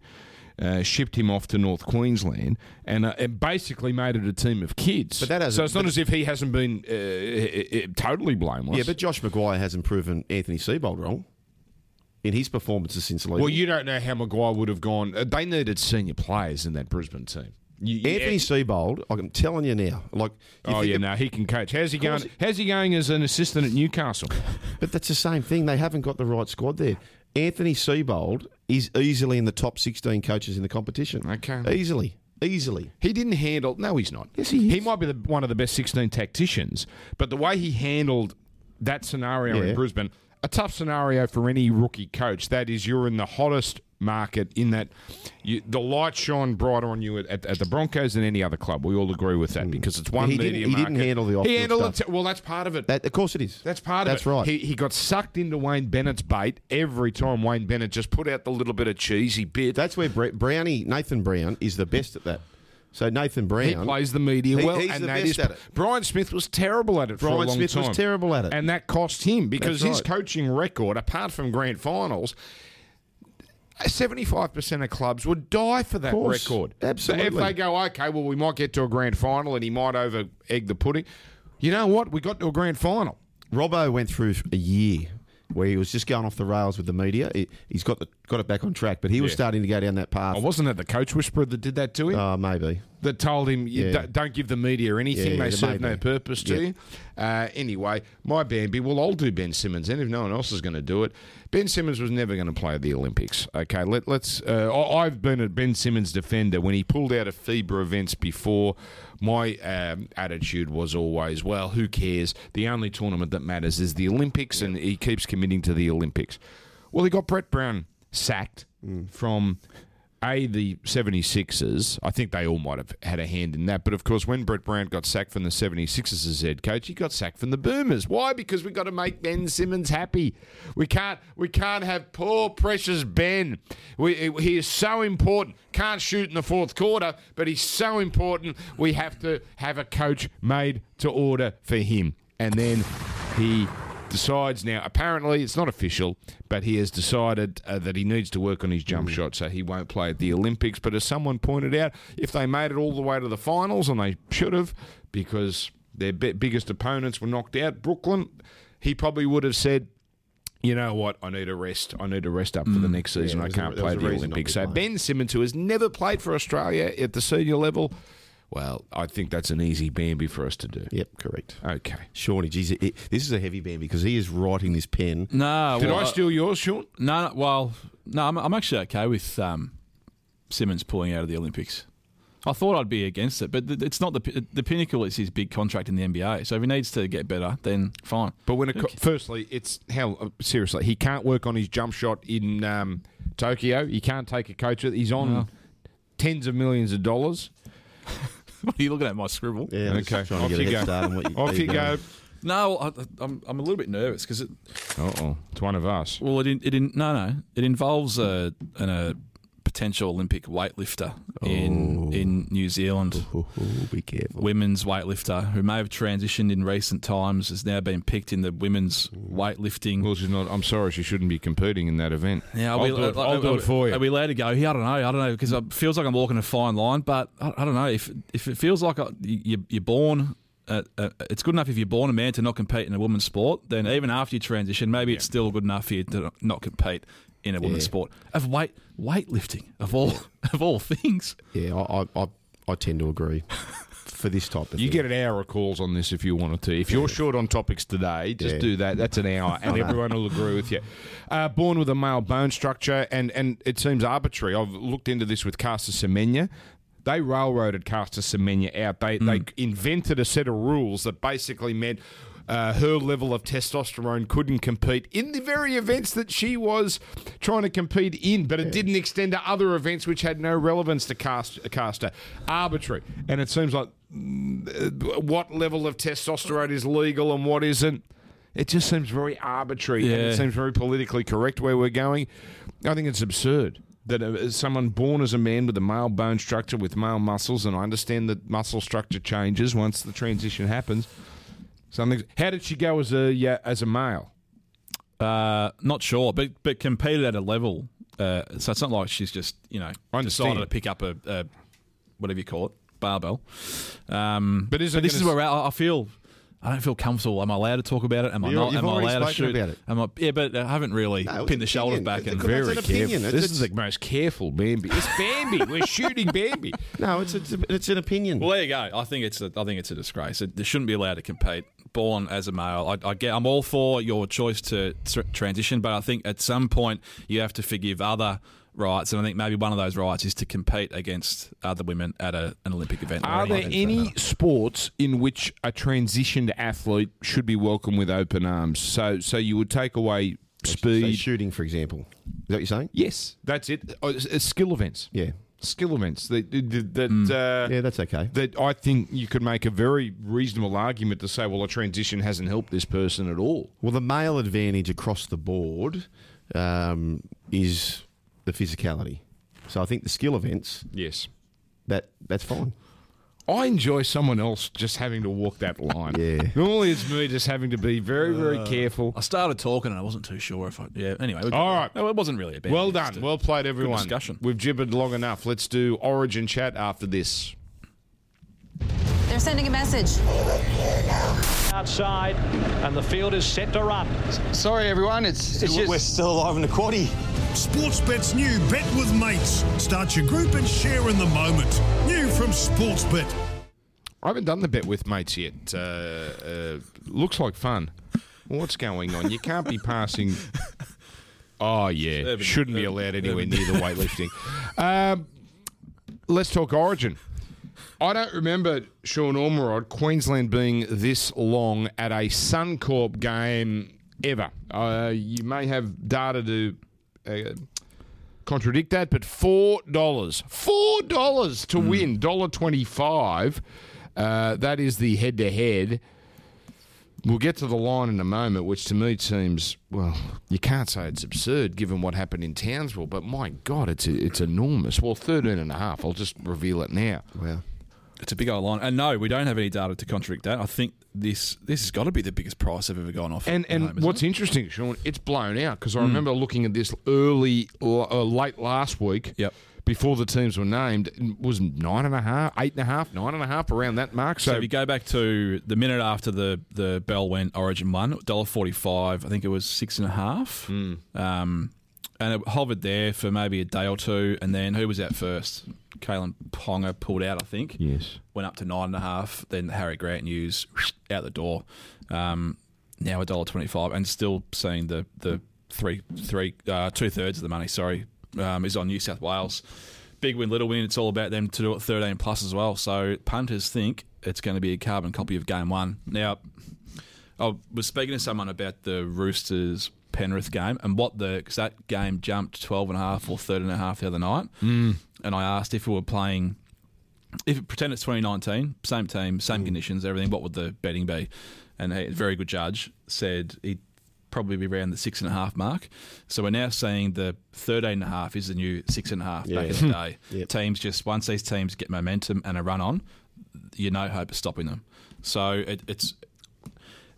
Uh, shipped him off to North Queensland and, uh, and basically made it a team of kids. But that hasn't- so it's not but- as if he hasn't been uh, uh, uh, totally blameless. Yeah, but Josh Maguire hasn't proven Anthony Seabold wrong in his performances since leaving. well, you don't know how Maguire would have gone. Uh, they needed senior players in that Brisbane team. You- you- Anthony Seabold, I'm telling you now, like, oh you think yeah, of- no, he can coach. How's he course going? How's he going as an assistant at Newcastle? but that's the same thing. They haven't got the right squad there. Anthony Seabold is easily in the top 16 coaches in the competition. Okay. Easily. Easily. He didn't handle. No, he's not. Yes, he is. He might be the, one of the best 16 tacticians, but the way he handled that scenario Yeah. in Brisbane, a tough scenario for any rookie coach. That is, you're in the hottest market in that you, the light shone brighter on you at, at, at the Broncos than any other club. We all agree with that because it's one Hmm. He didn't- media he market. didn't handle the off-field He handled it. stuff. well, that's part of it. That, of course it is. That's part of That's it. right. He, he got sucked into Wayne Bennett's bait every time Wayne Bennett just put out the little bit of cheesy bit. That's where Bre- Brownie, Nathan Brown, is the best at that. So Nathan He Brown. plays the media He- well, he's and the that best is- at it. Brian Smith was terrible at it. for a Brian long Smith was time. terrible at it. and that cost him because That's his right. coaching record, apart from grand finals. 75% of clubs would die for that course. record. Absolutely. So if they go, okay, well, we might get to a grand final and he might over egg the pudding. You know what? We got to a grand final. Robbo went through a year where he was just going off the rails with the media. He, he's got the, got it back on track, but he was Yeah. Oh, starting to go down that path. I wasn't it the coach whisperer that did that to him? Oh, maybe. that told him, you Yeah. d- don't give the media anything. Yeah, they yeah, serve no maybe. purpose to Yeah. you. Uh, anyway, my Bambi, well, I'll do Ben Simmons then if no one else is going to do it. Ben Simmons was never going to play at the Olympics. Okay, let, let's. Uh, I, I've been a Ben Simmons defender. When he pulled out of FIBA events before, my um, attitude was always, well, who cares? The only tournament that matters is the Olympics, and he keeps committing to the Olympics. Well, he got Brett Brown sacked Mm. from a, the 76ers, I think they all might have had a hand in that. But of course, when Brett Brown got sacked from the 76ers as head coach, he got sacked from the Boomers. Why? Because we've got to make Ben Simmons happy. We can't we can't have poor, precious Ben. We, he is so important. Can't shoot in the fourth quarter, but he's so important. We have to have a coach made to order for him. And then he decides now. Apparently, it's not official, but he has decided uh, that he needs to work on his Mm. jump shot, so he won't play at the Olympics. But as someone pointed out, if they made it all the way to the finals, and they should have, because their bi- biggest opponents were knocked out, Brooklyn, he probably would have said. You know what? I need a rest. I need a rest up for the next season. there I was Mm. a- can't there play was a the reason not Olympics. to So play. Ben Simmons, who has never played for Australia at the senior level, well, I think that's an easy Bambi for us to do. Yep, correct. Okay. Shawnee, geez, it, it- this is a heavy band because he is writing this pen. No, Did well, uh, I steal yours, Sean? No, no, well, no, I'm, I'm actually okay with um, Simmons pulling out of the Olympics. I thought I'd be against it, but th- it's not the pi- the pinnacle. is his big contract in the NBA. So if he needs to get better, then fine. [LAUGHS] But when it, co- firstly, it's hell. uh, Seriously, he can't work on his jump shot in um, Tokyo. He can't take a coach. with- He's on tens of millions of dollars. what are you looking at my scribble? Yeah, I'm just Okay, trying to off get a you head go. start on what [LAUGHS] Off there you go. No, I, I'm I'm a little bit nervous because it Uh oh, it's one of us. well it in, it in, no no it involves a an, a potential Olympic weightlifter in in New Zealand. Oh, oh, be careful. women's weightlifter who may have transitioned in recent times has now been picked in the women's weightlifting. Well, she's not. I'm sorry, she shouldn't be competing in that event. Yeah, I'll, are we- do it, are- I'll do are- it for you. Are we allowed to go here? I don't know. I don't know because it feels like I'm walking a fine line. But I, I don't know if if it feels like I, you, you're born. Uh, uh, it's good enough if you're born a man to not compete in a women's sport. Then even after you transition, maybe it's still good enough for you to not compete in a women's Yeah. sport of weight weightlifting of all [LAUGHS] of all things. Yeah, I, I, I, I tend to [LAUGHS] agree for this type of you thing. get an hour of calls on this if you wanted to. If you're short on topics today, just Yeah. do that. That's an hour, and everyone will agree with you. Uh, born with a male bone structure, and, and it seems arbitrary. I've looked into this with Castor Semenya. They railroaded Castor Semenya out. They they invented a set of rules that basically meant uh, her level of testosterone couldn't compete in the very events that she was trying to compete in, but it didn't extend to other events which had no relevance to cast, caster. Arbitrary. And it seems like mm, uh, what level of testosterone is legal and what isn't. It just seems very arbitrary and Yeah. it seems very politically correct where we're going. I think it's absurd that uh, someone born as a man with a male bone structure with male muscles, and I understand that muscle structure changes once the transition happens. Something. How did she go as a yeah, as a male? Uh, not sure, but but competed at a level. Uh, so it's not like she's just you know I understand. decided to pick up a, a whatever you call it barbell. Um, But is it this is gonna- where I, I feel I don't feel comfortable. Am I allowed to talk about it? Am I You're- not? you've Am I already allowed to spoken shoot about it. Am I, yeah, but I haven't really it's pinned the shoulders opinion. back and That's very an careful. opinion. It's- This it's- is the most careful Bambi. It's Bambi. We're shooting [LAUGHS] Bambi. No, it's it's, it's an opinion. Well, there you go. I think it's a, I think it's a disgrace. It, they shouldn't be allowed to compete. Born as a male, I, I get. I'm all for your choice to tr- transition, but I think at some point you have to forgive other rights, and I think maybe one of those rights is to compete against other women at a, an Olympic event. or Are there anything for that any matter. sports in which a transitioned athlete should be welcomed with open arms? So, so you would take away Say speed. shooting, for example. Is that what you're saying? Yes, that's it. Uh, s- uh, skill events. Yeah. skill events that that that, uh, Yeah, that's okay. that I think you could make a very reasonable argument to say, well, a transition hasn't helped this person at all. Well, the male advantage across the board um, is the physicality. So I think the skill events Yes. that that's fine. I enjoy someone else just having to walk that line. Yeah. Normally it's me just having to be very, very careful. I started talking and I wasn't too sure if I. Yeah. Anyway. we- All right. No, it wasn't really a bad. Well it's done. just a- Well played, everyone. discussion. We've gibbered long enough. Let's do Origin chat after this. They're sending a message. outside, and the field is set to run. Sorry, everyone. It's, it's just. We're still alive in the quaddy. Sportsbet's new Bet with Mates. Start your group and share in the moment. New from Sportsbet. I haven't done the bet with mates yet. Uh, uh, looks like fun. What's going on? You can't [LAUGHS] be passing. Oh yeah, Urban- shouldn't be urban- allowed anywhere near the [LAUGHS] weightlifting. um, let's talk Origin. I don't remember Sean Ormerod Queensland being this long at a Suncorp game ever. Uh, you may have data to. Uh, contradict that, but four dollars, four dollars to win, dollar twenty-five. Uh, that is the head-to-head. We'll get to the line in a moment, which to me seems well, you can't say it's absurd given what happened in Townsville, but my God, it's it's enormous. Well, 13 and a half. I'll just reveal it now. Wow. It's a big old line, and no, we don't have any data to contradict that. I think this this has got to be the biggest price I've ever gone off. And at and home, isn't what's interesting, Sean, it's blown out because I remember looking at this early, uh, late last week. Yep. Before the teams were named, it was nine and a half, eight and a half, nine and a half around that mark. So So, if you go back to the minute after the, the bell went, Origin one dollar forty five. I think it was six and a half, um, and it hovered there for maybe a day or two, and then who was out first? Kalen Ponga pulled out, I think. Yes. Went up to nine and a half. Then Harry Grant news out the door. Um, now a dollar twenty five, and still seeing the the three three uh, two thirds of the money. Sorry, um, is on New South Wales. Big win, little win. It's all about them to do it thirteen plus as well. So punters think it's going to be a carbon copy of game one. Now, I was speaking to someone about the Roosters Penrith game and what the because that game jumped 12 and a half or 13 and a half the other night. Mm. And I asked if we were playing, if pretend it's 2019, same team, same conditions, everything, what would the betting be? And he, a very good judge, said he'd probably be around the six and a half mark. So we're now seeing the 13 and a half is the new six and a half back in the day. Teams just, once these teams get momentum and a run on, you no hope of stopping them. So it, it's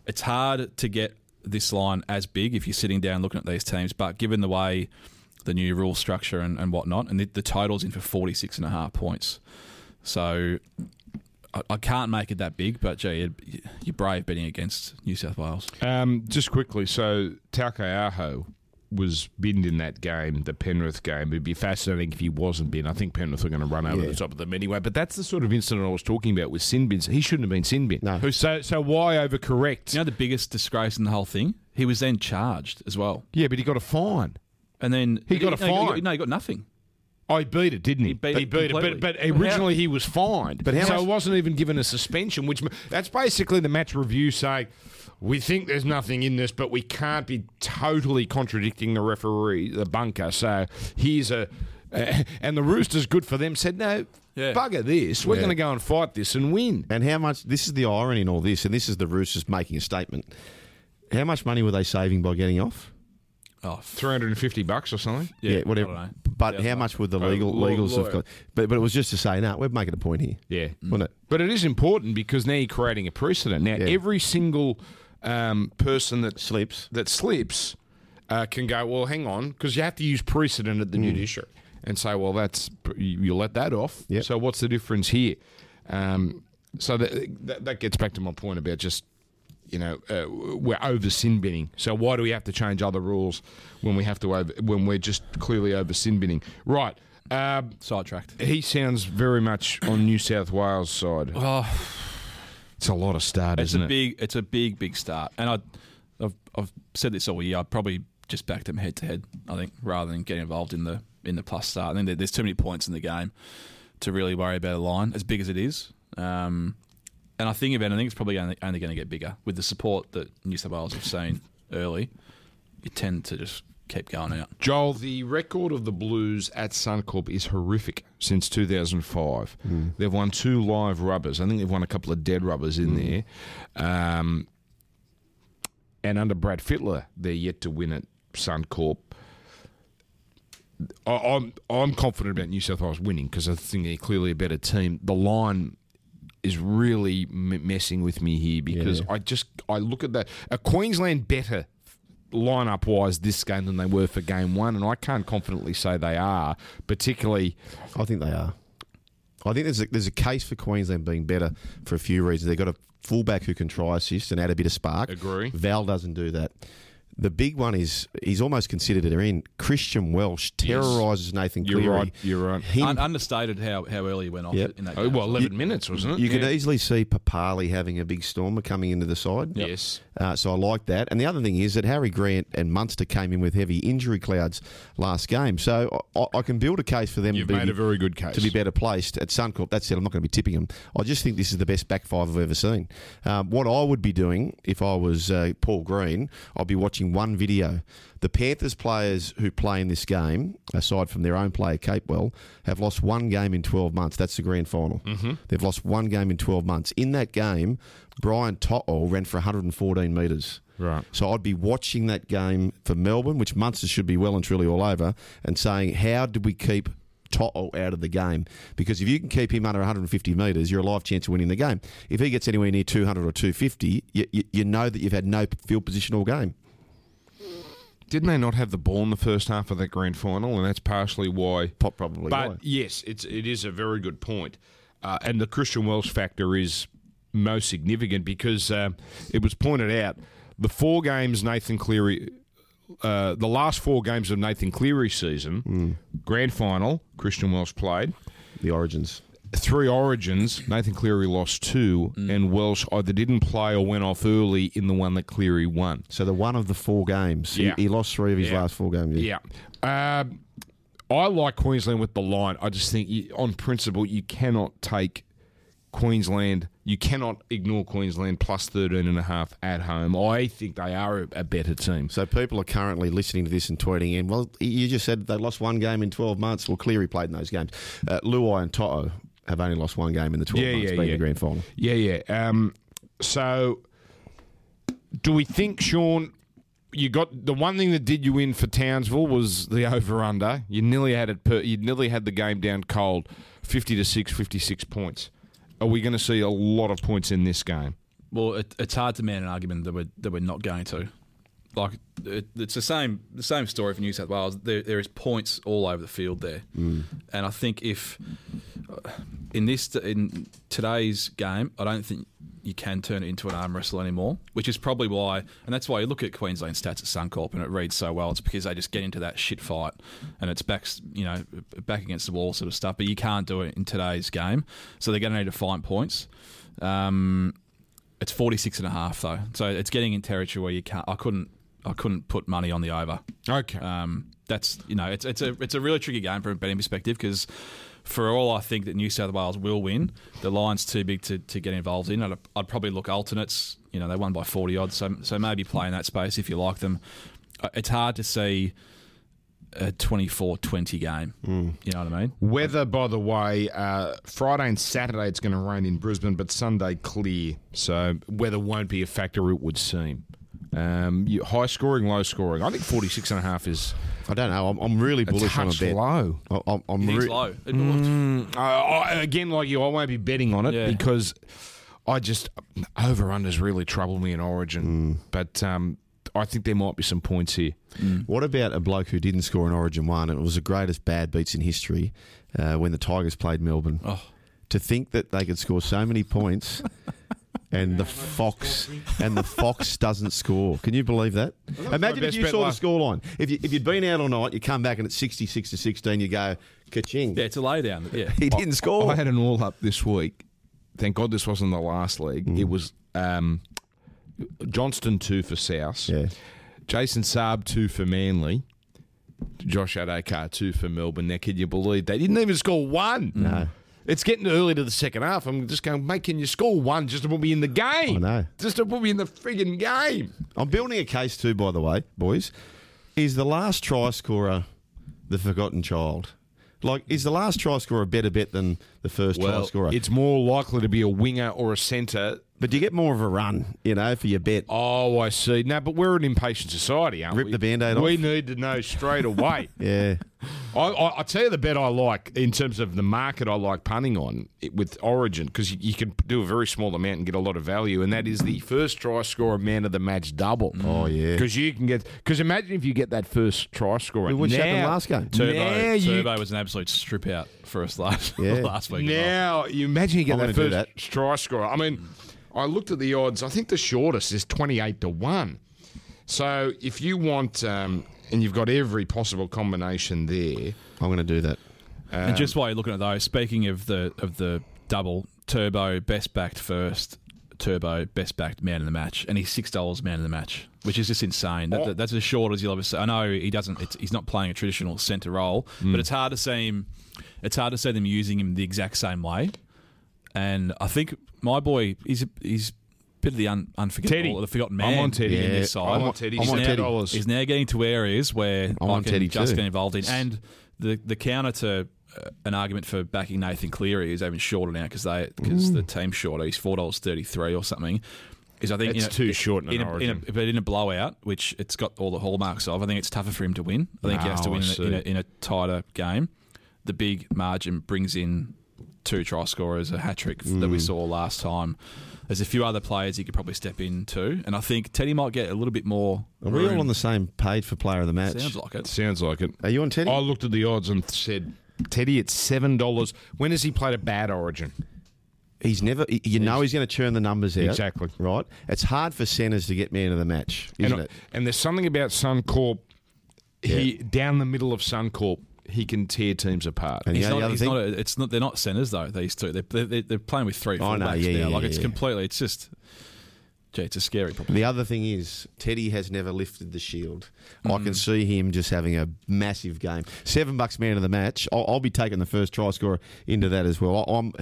it's hard to get this line as big if you're sitting down looking at these teams, but given the way the new rule structure and, and whatnot, and the, the total's in for 46 and a half points. So I, I can't make it that big, but gee, it, you're brave betting against New South Wales. Um, just quickly, so Taukeaho was binned in that game, the Penrith game. It'd be fascinating if he wasn't binned. I think Penrith were going to run over the top of them anyway. But that's the sort of incident I was talking about with sin bins. He shouldn't have been sin bin. No. So, so why overcorrect? You know the biggest disgrace in the whole thing? He was then charged as well. Yeah, but he got a fine. And then He got a no, fine. no, he got nothing. Oh, he beat it, didn't he? He beat it completely. but, but But how- originally he was fined. But how so much- it wasn't even given a suspension, which m- that's basically the match review saying, we think there's nothing in this, but we can't be totally contradicting the referee, the bunker. So here's a. Uh, and the Roosters, good for them, said, no, Yeah. bugger this. We're going to go and fight this and win. And how much? This is the irony in all this, and this is the Roosters making a statement. How much money were they saving by getting off? Oh, f- 350 bucks or something. yeah, whatever. I don't know. But Yeah, how much would the Right, legal law- legals lawyer. have got? But but it was just to say, no, we're making a point here. Yeah. Mm. wasn't it? But it is important because now you're creating a precedent. Now, every single um, person that Slips. that slips uh, can go. Well, hang on, because you have to use precedent Mm. at the judiciary and say, well, that's you you let that off. Yep. So what's the difference here? Um, so that, that that gets back to my point about just. You know, uh, we're over sin binning. So why do we have to change other rules when we have to over when we're just clearly over sin binning? Right. Um, sidetracked. he sounds very much on New South Wales side. Oh, It's a lot of start, it's isn't a it? big, it's a big, big start. And I, I've, I've said this all year. I probably just backed them head to head. I think rather than getting involved in the in the plus start. I think there- there's too many points in the game to really worry about a line as big as it is. Um, and I think if anything, it's probably only, only going to get bigger with the support that New South Wales have seen early. You tend to just keep going out. Joel, the record of the Blues at Suncorp is horrific since 2005. They've won two live rubbers. I think they've won a couple of dead rubbers in there. Um, and under Brad Fittler, they're yet to win at Suncorp. I, I'm I'm confident about New South Wales winning because I think they're clearly a better team. The line is really m- messing with me here because I just I look at that a Queensland better lineup wise this game than they were for game one, and I can't confidently say they are. Particularly, I think they are. I think there's a, there's a case for Queensland being better for a few reasons. They've got a fullback who can try assist and add a bit of spark. Agree. Val doesn't do that. The big one is he's almost considered it in Christian Welsh terrorises Nathan You're Cleary. right, you're right. Him- Un- understated how, how early you went off Yep. in that oh, game. well, eleven minutes wasn't it? you could easily see Papali having a big stormer coming into the side. Yes. Uh, so I like that. And the other thing is that Harry Grant and Munster came in with heavy injury clouds last game. So I, I- I can build a case for them You've to be, made a very good case. to be better placed at Suncorp. That said, I'm not going to be tipping them. I just think this is the best back five I've ever seen. Um, what I would be doing if I was uh, Paul Green, I'd be watching one video. The Panthers players who play in this game, aside from their own player Capewell, have lost one game in 12 months. That's the grand final. Mm-hmm. They've lost one game in 12 months. In that game, Brian Totwell ran for 114 metres. Right. So I'd be watching that game for Melbourne, which Munster should be well and truly all over, and saying, how did we keep Toto out of the game? Because if you can keep him under 150 metres, you're a live chance of winning the game. If he gets anywhere near 200 or 250, you, you, you know that you've had no field position all game. Didn't they not have the ball in the first half of that grand final, and that's partially why. Pop probably. But why. yes, it's it is a very good point, uh, and the Christian Welsh factor is most significant because um it was pointed out the four games Nathan Cleary. Uh, the last four games of Nathan Cleary's season, Hmm. grand final, Christian Welsh played. The origins. Three origins, Nathan Cleary lost two, Hmm. and Welsh either didn't play or went off early in the one that Cleary won. So the one of the four games. He- Yeah. He, lost three of his Yeah. last four games. Yeah. Um, I like Queensland with the line. I just think, you, on principle, you cannot take Queensland, you cannot ignore Queensland plus 13 and a half at home. I think they are a, a better team. So people are currently listening to this and tweeting in. Well, you just said they lost one game in 12 months. Well, Cleary played in those games. Uh, Luai and Toto have only lost one game in the 12 Yeah, months, yeah, being yeah. the grand final. Yeah, yeah. Um, so, do we think, Sean, you got the one thing that did you in for Townsville was the over under? You nearly had it. Per, you nearly had the game down cold, fifty to 6, 56 points. Are we going to see a lot of points in this game? Well, it, it's hard to man an argument that we're that we're not going to. Like it, it's the same the same story for New South Wales. There, there is points all over the field there, and I think if uh, in this in today's game, I don't think you can turn it into an arm wrestle anymore. Which is probably why, and that's why you look at Queensland stats at Suncorp and it reads so well. It's because they just get into that shit fight, and it's back you know back against the wall sort of stuff. But you can't do it in today's game, so they're going to need to find points. Um, it's 46 and a half though so it's getting in territory where you can't i couldn't I couldn't put money on the over. Okay. Uh, Um, that's you know it's it's a it's a really tricky game from a betting perspective because for all I think that New South Wales will win, the line's too big to, to get involved in. I'd, I'd probably look alternates. You know they won by forty odds, so so maybe play in that space if you like them. Uh, It's hard to see a 24-20 game. You know what I mean? Weather, by the way, uh, Friday and Saturday it's going to rain in Brisbane, but Sunday clear. So weather won't be a factor, it would seem. Um, you, high scoring, low scoring. I think 46 and a half is I don't know. I'm, I'm really a bullish on a touch bet. low. I- I'm, I'm It's re- low. Uh, I, again, like you, I won't be betting on it Yeah. because I just over unders really troubled me in Origin. But um, I think there might be some points here. What about a bloke who didn't score in Origin one? And it was the greatest bad beats in history uh, when the Tigers played Melbourne. Oh. To think that they could score so many points, and the fox and the fox doesn't score. Can you believe that? Imagine if best you bet saw last- the scoreline. If you if you'd been out all night, you come back and it's sixty six to sixteen. You go ka-ching. Yeah, it's a lay down. Yeah. He didn't score. I had an all up this week. Thank God this wasn't the last league. It was um, Johnston two for South, yeah. Jason Saab two for Manly, Josh Adokar two for Melbourne. Now, can you believe they didn't even score one? No. It's getting early to the second half. I'm just going, mate, can you score one just to put me in the game? I know. Just to put me in the friggin' game. I'm building a case too, by the way, boys. Is the last try scorer the forgotten child? Like, is the last try scorer a better bet than the first try scorer? it's more likely to be a winger or a centre. but you get more of a run, you know, for your bet. Oh, I see. No, but we're an impatient society, aren't Rip we? the Band-Aid off. We need to know straight away. [LAUGHS] Yeah. I, I, I tell you the bet I like in terms of the market I like punting on it, with Origin because you, you can do a very small amount and get a lot of value, and that is the first try scorer man of the match double. Oh, yeah. because you can get because imagine if you get that first try scorer. Which now, happened last game. Turbo, now you Turbo was an absolute strip out for us last, [LAUGHS] Yeah. last week. as well. now you imagine you get I'm that gonna first do try scorer. I mean, I looked at the odds. I think the shortest is twenty-eight to one. So if you want, um, and you've got every possible combination there. I'm going to do that. and just while you're looking at those, speaking of the of the double turbo best backed first, turbo best backed man in the match, and he's six dollars man in the match, which is just insane. Oh. That, that- that's as short as you'll ever see. I know he doesn't. It's, he's not playing a traditional centre role, Mm. but it's hard to see him. It's hard to see them using him the exact same way. And I think my boy, he's a, he's a bit of the un, unforgettable, Teddy. the forgotten I'm man. on Teddy. in this Yeah, side. I'm on Teddy. He's I'm on now- Teddy. He's now getting to areas where I'm I on can Teddy just too. get involved in. And the the counter to uh, an argument for backing Nathan Cleary is even shorter now because they because Mm. the team's shorter. He's four dollars thirty three or something. Is I think It's in a- too short in in an a, Origin. a- but in a blowout, which it's got all the hallmarks of. I think it's tougher for him to win. I think he has to Oh, I win in a, in, a, see. in a tighter game. The big margin brings in two try scorers, a hat trick that Mm. we saw last time. There's a few other players he could probably step in too, and I think Teddy might get a little bit more. Are we all room. on the same page for player of the match? Sounds like it. Sounds like it. Are you on Teddy? I looked at the odds and said, Teddy, it's seven dollars. When has he played a bad Origin? he's never. y- You know he's going to churn the numbers out. Exactly. Right. It's hard for centres to get man of the match, isn't and, it? and there's something about Suncorp. He down the middle of Suncorp, he can tear teams apart. And He's you know not, the other he's thing. not a- it's not. They're not centers though. These two. They're, they're, they're playing with three I fullbacks know, now. yeah, yeah, like yeah, it's yeah. completely. It's just. Gee, it's a scary problem. The other thing is, Teddy has never lifted the shield. I Mm-hmm. can see him just having a massive game. Seven bucks man of the match. I'll, I'll be taking the first try scorer into that as well. I, I'm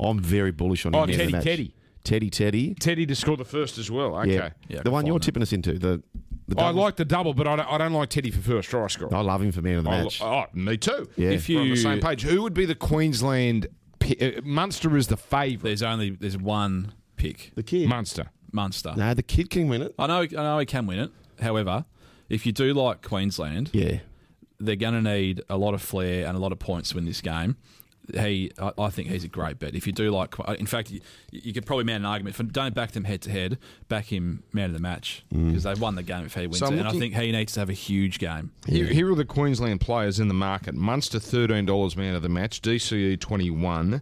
I'm very bullish on him. Oh, man of the Teddy, match. Teddy. Teddy, Teddy. Teddy to score the first as well. Okay. Oh, Yeah, Yeah, the one fine, you're mate. tipping us into. The, the I double- like the double, but I don't, I don't like Teddy for first try scorer. I love him for man of the I- match. oh, me too. Yeah. If We're on the you- same page. Who would be the Queensland? pi- Uh, Munster is the favourite. There's only there's one pick. the kid. Munster. Munster. No, the kid can win it. I know. I know he can win it. However, if you do like Queensland, Yeah. they're going to need a lot of flair and a lot of points to win this game. He, I, I think he's a great bet. If you do like, in fact, you, you could probably mount an argument. For, don't back them head to head. Back him man of the match Mm. because they've won the game if he wins So it. I'm and I looking- think he needs to have a huge game. Here, here are the Queensland players in the market: Munster, thirteen dollars man of the match; DCE twenty-one,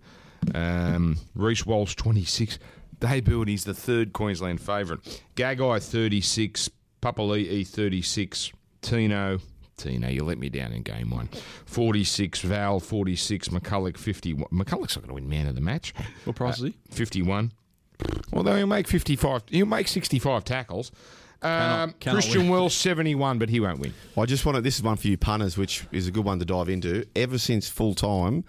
um, Reece Walsh twenty-six. Debut and he's the third Queensland favourite. Gagai thirty-six, Papali'i thirty-six, Tino. Tino, you let me down in game one. 46, Val 46, McCulloch 51. McCulloch's not going to win man of the match. Uh, What price is he? 51. Although he'll make 55, he'll make 65 tackles. Um, Cannot- cannot Christian win. Wells, 71, but he won't win. I just wanted this is one for you punters, which is a good one to dive into. Ever since full time,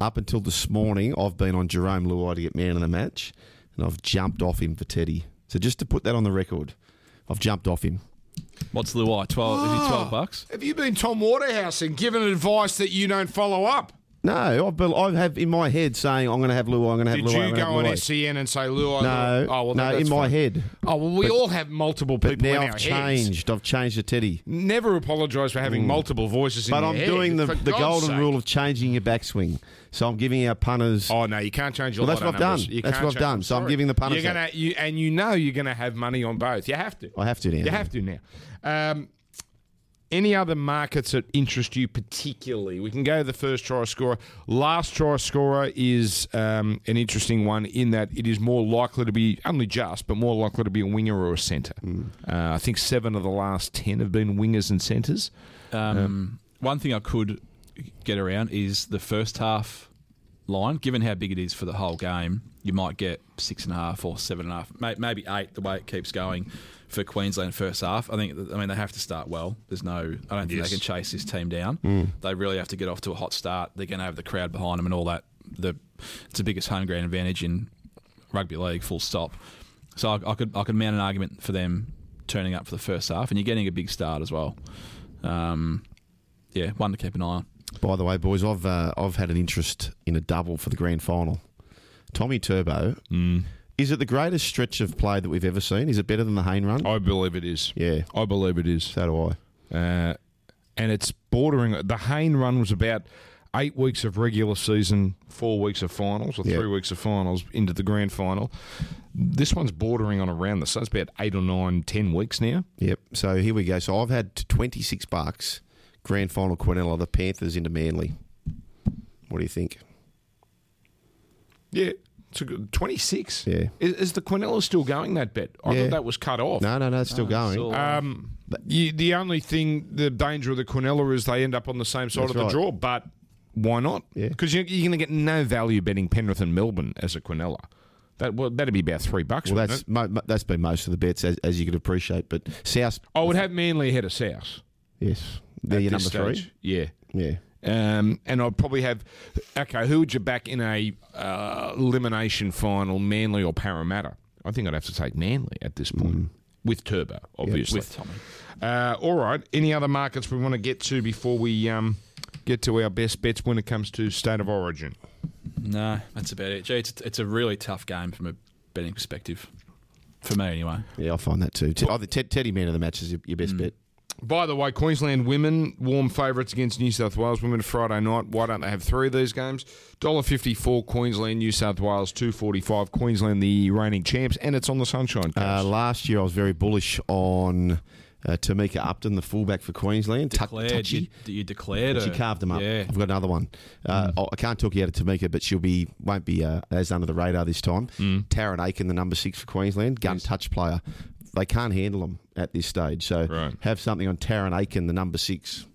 up until this morning, I've been on Jerome Luai to get man of the match, and I've jumped off him for Teddy. So just to put that on the record, I've jumped off him. What's Luai? Twelve? Is he twelve bucks? Have you been Tom Waterhouse and given advice that you don't follow up? No, I've been, I have in my head saying I'm going to have Luai. I'm going to have Did Luai. I'm you gonna go on have Luai." SCN and say, Lou, I No, oh, well, no, that's in my fine. head. Oh, well, we all have multiple people But now in our I've heads. changed. I've changed to Teddy. Never apologise for having multiple voices in But your I'm head, doing the, for the God's golden sake. rule of changing your backswing. So I'm giving our punters. Oh no, you can't change your. Well, that's lotto what I've done. numbers. You That's can't what I've change- done. So I'm Sorry. giving the punters You're gonna, you, and you know you're going to have money on both. You have to. I have to now. You have to now. Um, any other markets that interest you particularly? We can go to the first try scorer. Last try scorer is um, an interesting one in that it is more likely to be only just, but more likely to be a winger or a centre. Uh, I think seven of the last ten have been wingers and centres. Um, One thing I could get around is the first half line. Given how big it is for the whole game, you might get six and a half or seven and a half, may- maybe eight. The way it keeps going for Queensland first half, I think. I mean, they have to start well. There's no. I don't think they can chase this team down. They really have to get off to a hot start. They're going to have the crowd behind them and all that. The it's the biggest home ground advantage in rugby league. Full stop. So I, I could I could mount an argument for them turning up for the first half, and you're getting a big start as well. Um, yeah, one to keep an eye on. By the way, boys, I've uh, I've had an interest in a double for the grand final. Tommy Turbo. Mm. Is it the greatest stretch of play that we've ever seen? Is it better than the Hain run? I believe it is. Yeah. I believe it is. So do I. uh, and it's bordering. The Hain run was about eight weeks of regular season, four weeks of finals, or Yeah. three weeks of finals into the grand final. This one's bordering on around this. So it's about eight or nine, ten weeks now. Yep. So here we go. So I've had twenty six bucks. Grand final Quinella, the Panthers into Manly. What do you think? Yeah. It's a good, 26. Yeah. Is, is the Quinella still going that bet? I Yeah. thought that was cut off. No, no, no, it's still going. Um, you, the only thing, the danger of the Quinella is they end up on the same side That's of the right. draw, but why not? Yeah. Because you're, you're going to get no value betting Penrith and Melbourne as a Quinella. That, well, that'd be about three bucks. well, wouldn't it? that's mo- mo- that's been most of the bets, as, as you could appreciate. But South, I would have Manly ahead of South. yes, they're at your number this stage. Yeah. three. Yeah. Um, and I'd probably have, okay, who would you back in a uh, elimination final, Manly or Parramatta? I think I'd have to take Manly at this point. Mm-hmm. With Turbo, obviously. with Tommy. Uh, all right. Any other markets we want to get to before we um, get to our best bets when it comes to state of origin? No, that's about it. Gee, it's, it's a really tough game from a betting perspective. For me, anyway. Yeah, I find that too. Te- I think Ted- Teddy man of the match is your, your Mm. best bet. By the way, Queensland women warm favourites against New South Wales women Friday night. Why don't they have three of these games? Dollar fifty four Queensland, New South Wales two forty five Queensland, the reigning champs, and it's on the Sunshine Coast. Uh, last year, I was very bullish on uh, Tamika Upton, the fullback for Queensland. Tuck- Declared, you, touchy. you declared She her. carved them up. Yeah. Hmm. I've got another one. Uh, I- I can't talk you out of Tamika, but she'll be won't be uh, as under the radar this time. Hmm. Taryn Aiken, the number six for Queensland, gun touch player. They can't handle them at this stage. So Right. have something on Taryn Aiken, the number six.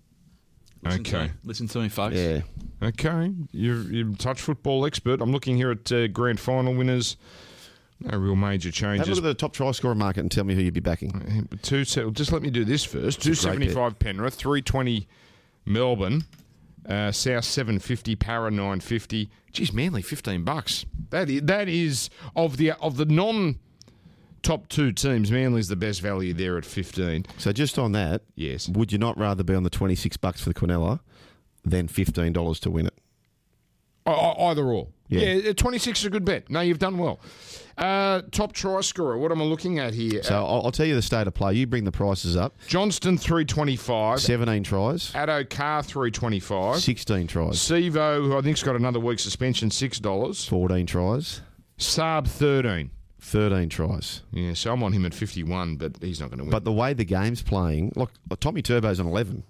Listen to Okay. me. Listen to me, folks. Yeah, Okay, you're, you're a touch football expert. I'm looking here at uh, grand final winners. No real major have a changes. look at the top try scorer market and tell me who you'd be backing. Two, se- just let me do this first. Two It's a great seventy five Penrith, three twenty Melbourne, uh, South seven fifty, Para nine fifty. Geez, Manly fifteen bucks. That is, that is of the of the non top two teams. Manly's the best value there at fifteen. E, So just on that, Yes. would you not rather be on the twenty six bucks for the Quinella than fifteen dollars to win it? I- I- e, Either or. Yeah. Yeah. twenty six is a good bet. No, you've done well. Uh, top try scorer. What am I looking at here? So I'll, I'll tell you the state of play. You bring the prices up. Johnston three twenty five. 17 tries, Addo Carr three twenty five. 16 tries, Sevo, who I think's got another week suspension, six dollars. 14 tries, Saab thirteen. 13 tries. Yeah, so I'm on him at 51, but he's not going to win. But the way the game's playing, look, Tommy Turbo's on 11.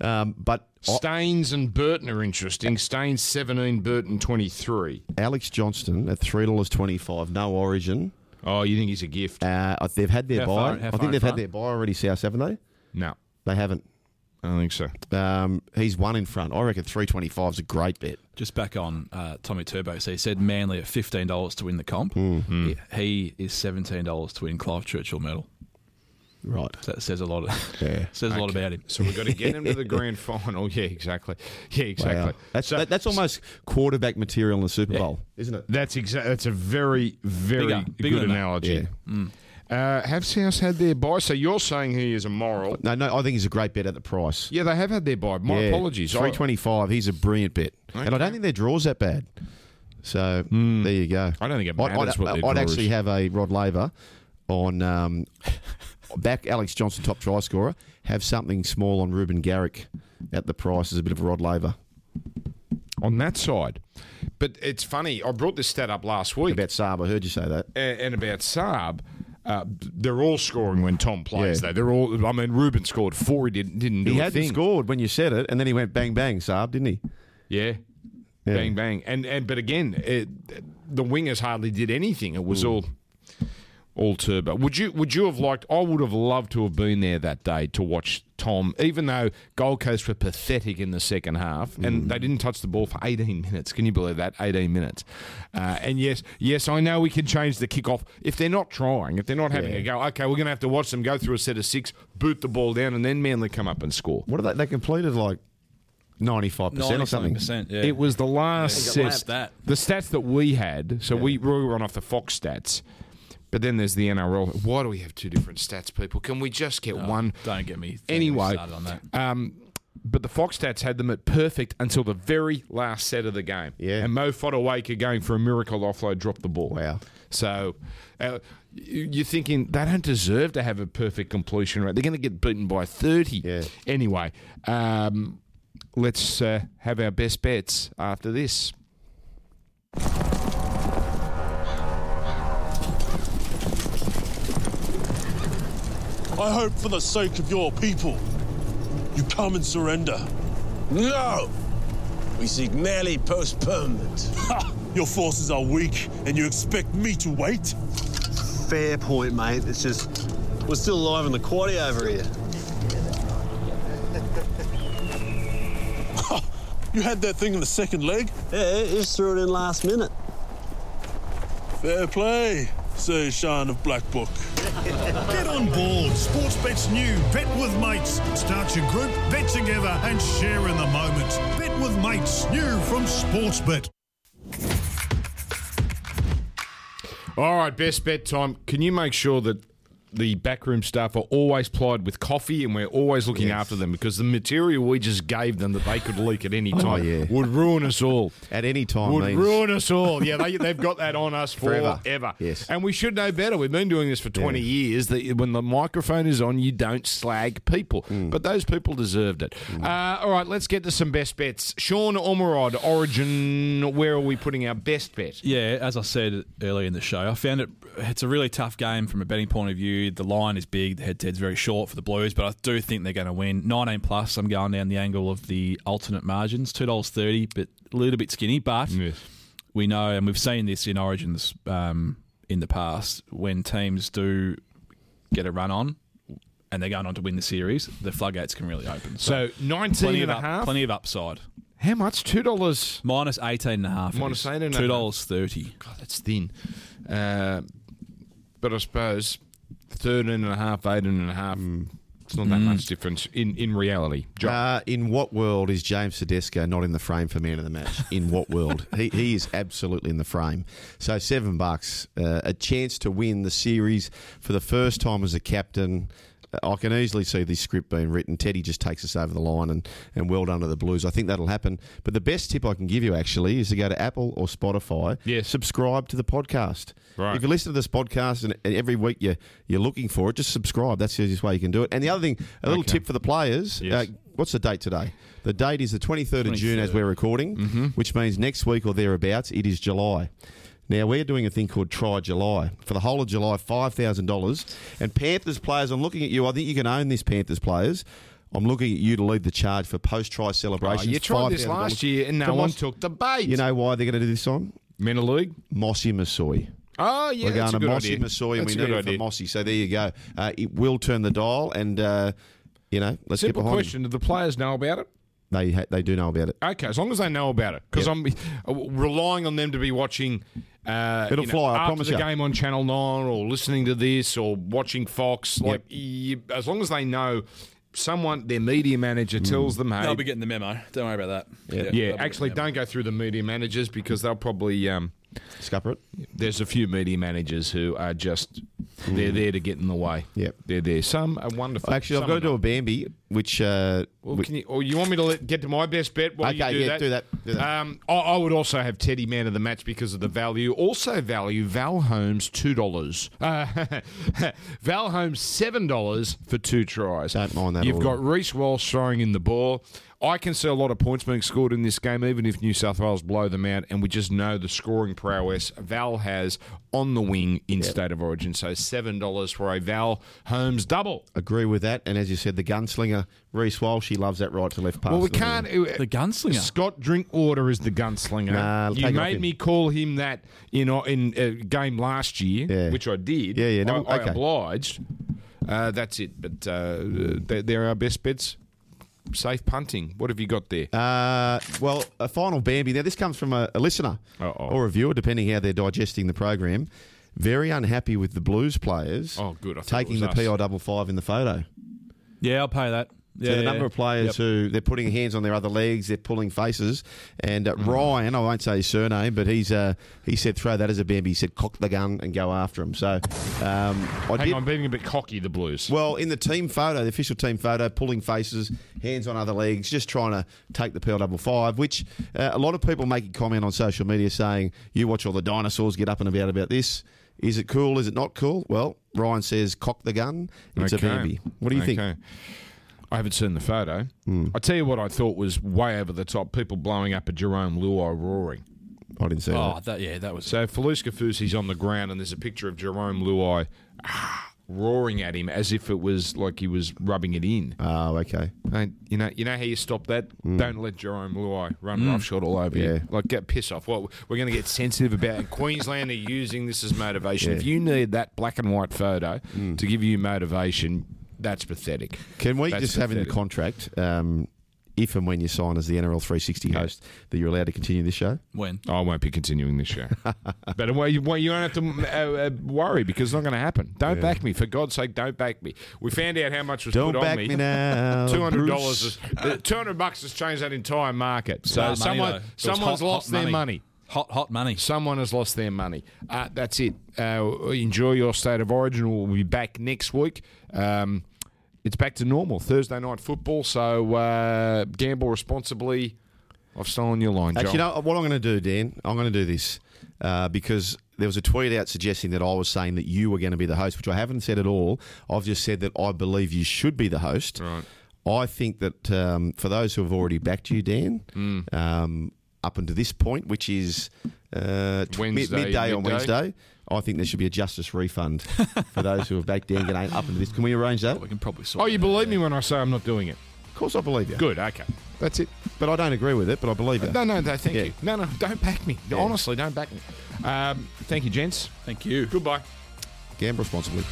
Um, but I- Staines and Burton are interesting. Staines 17, Burton 23. Alex Johnston at $3.25, no origin. Oh, you think he's a gift? Uh, they've had their How buy. far- how far I think they've in had their buy already, South, haven't they? No, They haven't. I don't think so. Um, he's one in front. I reckon 325 is a great bet. Just back on uh, Tommy Turbo. So he said Manly at Hmm. fifteen dollars to win the comp. He, he is seventeen dollars to win Clive Churchill medal. Right. So that says a lot. Yeah. says a lot about him. So we've got to get him to [LAUGHS] the grand final. Yeah, exactly. Yeah, exactly. Wow. That's So- that, that's almost quarterback material in the Super Bowl, isn't it? That's exact. That's a very, very Bigger- bigger good than that. Mm. analogy. Uh, have South had their buy? So you're saying he is immoral? No, no, I think he's a great bet at the price. Yeah, they have had their buy. My apologies. I- Three twenty-five. He's a brilliant bet, and I don't think their draws that bad. So there you go. I don't think it I'd- matters I'd, what their I'd draw actually is. have a Rod Laver on [LAUGHS] um, back Alex Johnson, top try scorer. Have something small on Ruben Garrick at the price as a bit of a Rod Laver on that side. But it's funny. I brought this stat up last week. about Saab. I heard you say that. and and about Saab, uh, they're all scoring when Tom plays. Yeah. Though they're all. I mean, Ruben scored four. He didn't didn't do He a hadn't thing. scored when you said it, and then he went bang bang Saab, didn't he? Yeah. Yeah. Bang bang. And and but again, it, the wingers hardly did anything. It was all all turbo. Would you would you have liked I would have loved to have been there that day to watch Tom, even though Gold Coast were pathetic in the second half and they didn't touch the ball for 18 minutes. Can you believe that? 18 minutes. Uh, and yes, yes, I know we can change the kickoff if they're not trying, if they're not having a go. Okay, we're going to have to watch them go through a set of 6, boot the ball down and then Manly come up and score. What are they? They completed like ninety-five percent or something. percent. Yeah. It was the last Yeah, you got set. lapped The stats that we had, so we, we were on off the Fox stats, but then there's the NRL. Why do we have two different stats, people? Can we just get one? Don't get me Anyway, started on that. Um, but the Fox stats had them at perfect until the very last set of the game. Yeah. And Mo Fodawaker going for a miracle offload, dropped the ball. Wow. So uh, you- you're thinking they don't deserve to have a perfect completion rate. They're going to get beaten by 30. Yeah. Anyway, um, let's uh, have our best bets after this. I hope for the sake of your people, you come and surrender. No! We seek merely postponement. Ha! Your forces are weak, and you expect me to wait? Fair point, mate. It's just we're still alive in the quaddy over here. You had that thing in the second leg? Yeah, he just threw it in last minute. Fair play, says Sean of Black Book. Get on board. Sportsbet's new Bet with Mates. Start your group, bet together, and share in the moment. Bet with Mates, new from Sportsbet. All right, best bet time. Can you make sure that the backroom staff are always plied with coffee and we're always looking after them because the material we just gave them that they could leak at [LAUGHS] any time Oh, yeah. would ruin us all. At any time, Would means- ruin us [LAUGHS] all. Yeah, they, they've got that on us forever. Forever. Yes. Yes. And we should know better. We've been doing this for 20 years that when the microphone is on, you don't slag people. Hmm. But those people deserved it. Uh, all right, let's get to some best bets. Sean Ormerod, Origin, where are we putting our best bet? Yeah, as I said earlier in the show, I found it it's a really tough game from a betting point of view. The line is big, the head to head's very short for the Blues, but I do think they're going to win. 19 plus, I'm going down the angle of the alternate margins, $2.30, but a little bit skinny, but we know and we've seen this in Origins um, in the past when teams do get a run on and they're going on to win the series, the floodgates can really open. So 19 plenty and of a up- half. plenty of upside. How much? Two dollars. Minus 18 and a half. it Minus is. 18 and a half. $2.30. God, that's thin. Uh, but I suppose thirteen and a half, eighteen and a half. Mm. It's not that much difference in in reality. John. Uh, in what world is James Tedesco not in the frame for man of the match? In what world? he, he is absolutely in the frame. So seven bucks, uh, a chance to win the series for the first time as a captain. I can easily see this script being written. Teddy just takes us over the line and, and well done to the Blues. I think that'll happen. But the best tip I can give you actually is to go to Apple or Spotify. Yes. Subscribe to the podcast. Right. If you listen to this podcast and and every week you, you're looking for it, just subscribe. That's the easiest way you can do it. And the other thing, a little tip for the players. Yes. Uh, What's the date today? The date is the 23rd of June as we're recording, Mm-hmm. which means next week or thereabouts, it is July. Now, we're doing a thing called Try July. For the whole of July, $5,000. And Panthers players, I'm looking at you. I think you can own this, Panthers players. I'm looking at you to lead the charge for post try Oh, celebrations. you tried this $5,000. last year and no Come one on. took the bait. You know why they're going to do this on? Menor League. Mossy Masoi. Oh yeah, We're that's going a to good Mossy idea. Masoi, and That's we a good need it for idea. Mossy. So there you go. Uh, it will turn the dial, and uh, you know, let's Simple get behind. question: Do the players know about it? Them. They ha- they do know about it. Okay, as long as they know about it, because I'm uh, relying on them to be watching Uh, It'll you fly, I after promise the you. game on Channel Nine, or listening to this, or watching Fox. Like, you, as long as they know someone, their media manager Mm. tells them, "Hey, They'll be getting the memo. Don't worry about that. yeah, they'll be actually, getting don't go through the media managers because they'll probably um, scupper it. There's a few media managers who are just they're there to get in the way. Mm. Yep. they're there. Some are wonderful. Actually, I've some got are to do not. a Bambi, which uh, Well, can you, or you want me to let, get to my best bet while Okay, you do yeah, that? do that, do that. Um, I, I would also have Teddy man of the match because of the value. Also value Val Holmes two dollars. Uh, [LAUGHS] Val Holmes seven dollars for two tries. Don't mind that You've at all. got Reese Walsh throwing in the ball. I can see a lot of points being scored in this game, even if New South Wales blow them out, and we just know the scoring prowess Val has on the wing in State of Origin. So seven dollars for a Val Holmes double. agree with that. And as you said, the gunslinger Reese Walsh, she loves that right to left pass. Well, we to the can't. uh, wing. the gunslinger. Scott Drinkwater is the gunslinger. Nah, I'll you take it off made him. me call him that in a- in a game last year, Yeah. which I did. Yeah, yeah, no, I, I okay. obliged. Uh, that's it. But uh, they- they're our best bets. Safe punting. What have you got there? Uh, well, a final Bambi. Now, this comes from a, a listener Uh-oh. or a viewer, depending how they're digesting the program. Very unhappy with the Blues players. Oh, good. I thought it taking was the us. PI double five in the photo. Yeah, I'll pay that. Yeah, so the yeah, number of players Yep. who they're putting hands on their other legs, they're pulling faces, and Mm. uh, Ryan, I won't say his surname, but he's uh, he said throw that as a Bambi. He said cock the gun and go after him. So um, I Hang did. on, I'm being a bit cocky. The Blues. Well, in the team photo, the official team photo, pulling faces, hands on other legs, just trying to take the Pearl Double Five, which uh, a lot of people make a comment on social media saying, you watch all the dinosaurs get up and about about this. Is it cool? Is it not cool? Well, Ryan says, cock the gun. It's a Bambi. What do you think? Hmm. Okay. I haven't seen the photo. I tell you what, I thought was way over the top. People blowing up a Jerome Luai roaring. I didn't see Oh, that. that yeah, that was uh, So Felice Kafusi's on the ground, and there's a picture of Jerome Luai ah, roaring at him as if it was like he was rubbing it in. Mm. Oh, okay. And you know, you know how you stop that. Don't let Jerome Luai run roughshod all over Yeah. you. Like get piss off. Well, we're going to get sensitive about it. Queensland are using this as motivation. If you need that black and white photo to give you motivation, that's pathetic. Can we That's just have in the pathetic. contract, um, if and when you sign as the NRL 360 host, that you're allowed to continue this show? when. I won't be continuing this show. but well, you, well, you don't have to uh, uh, worry because it's not going to happen. Don't back me. For God's sake, don't back me. We found out how much was Don't put on back me. me [LAUGHS] now, Two hundred dollars. Bruce. is uh, Two hundred bucks has changed that entire market. So Smart money, someone, though. It was someone's hot- lost hot their money. Hot, hot money. Someone has lost their money. Uh, that's it. Uh, enjoy your state of origin. We'll be back next week. Um, it's back to normal Thursday night football. So uh, gamble responsibly. I've stolen your line, Joel. Actually, you know what I'm going to do, Dan? I'm going to do this uh, because there was a tweet out suggesting that I was saying that you were going to be the host, which I haven't said at all. I've just said that I believe you should be the host. Right. I think that um, for those who have already backed you, Dan, Hmm. um, up until this point, which is uh, tw- mid- Wednesday, midday on midday. Wednesday, I think there should be a justice refund for those who have backed Dan Ganane up until this. Can we arrange that? we Of can probably sort. Oh, you that believe me when I say I'm not doing it? course, I believe you. Good, okay. That's it. But I don't agree with it, but I believe you. No, no, no thank Yeah. you. No, no, don't back me. Honestly, don't back me. Um, thank you, gents. out. Thank you. Goodbye. Gamble responsibly.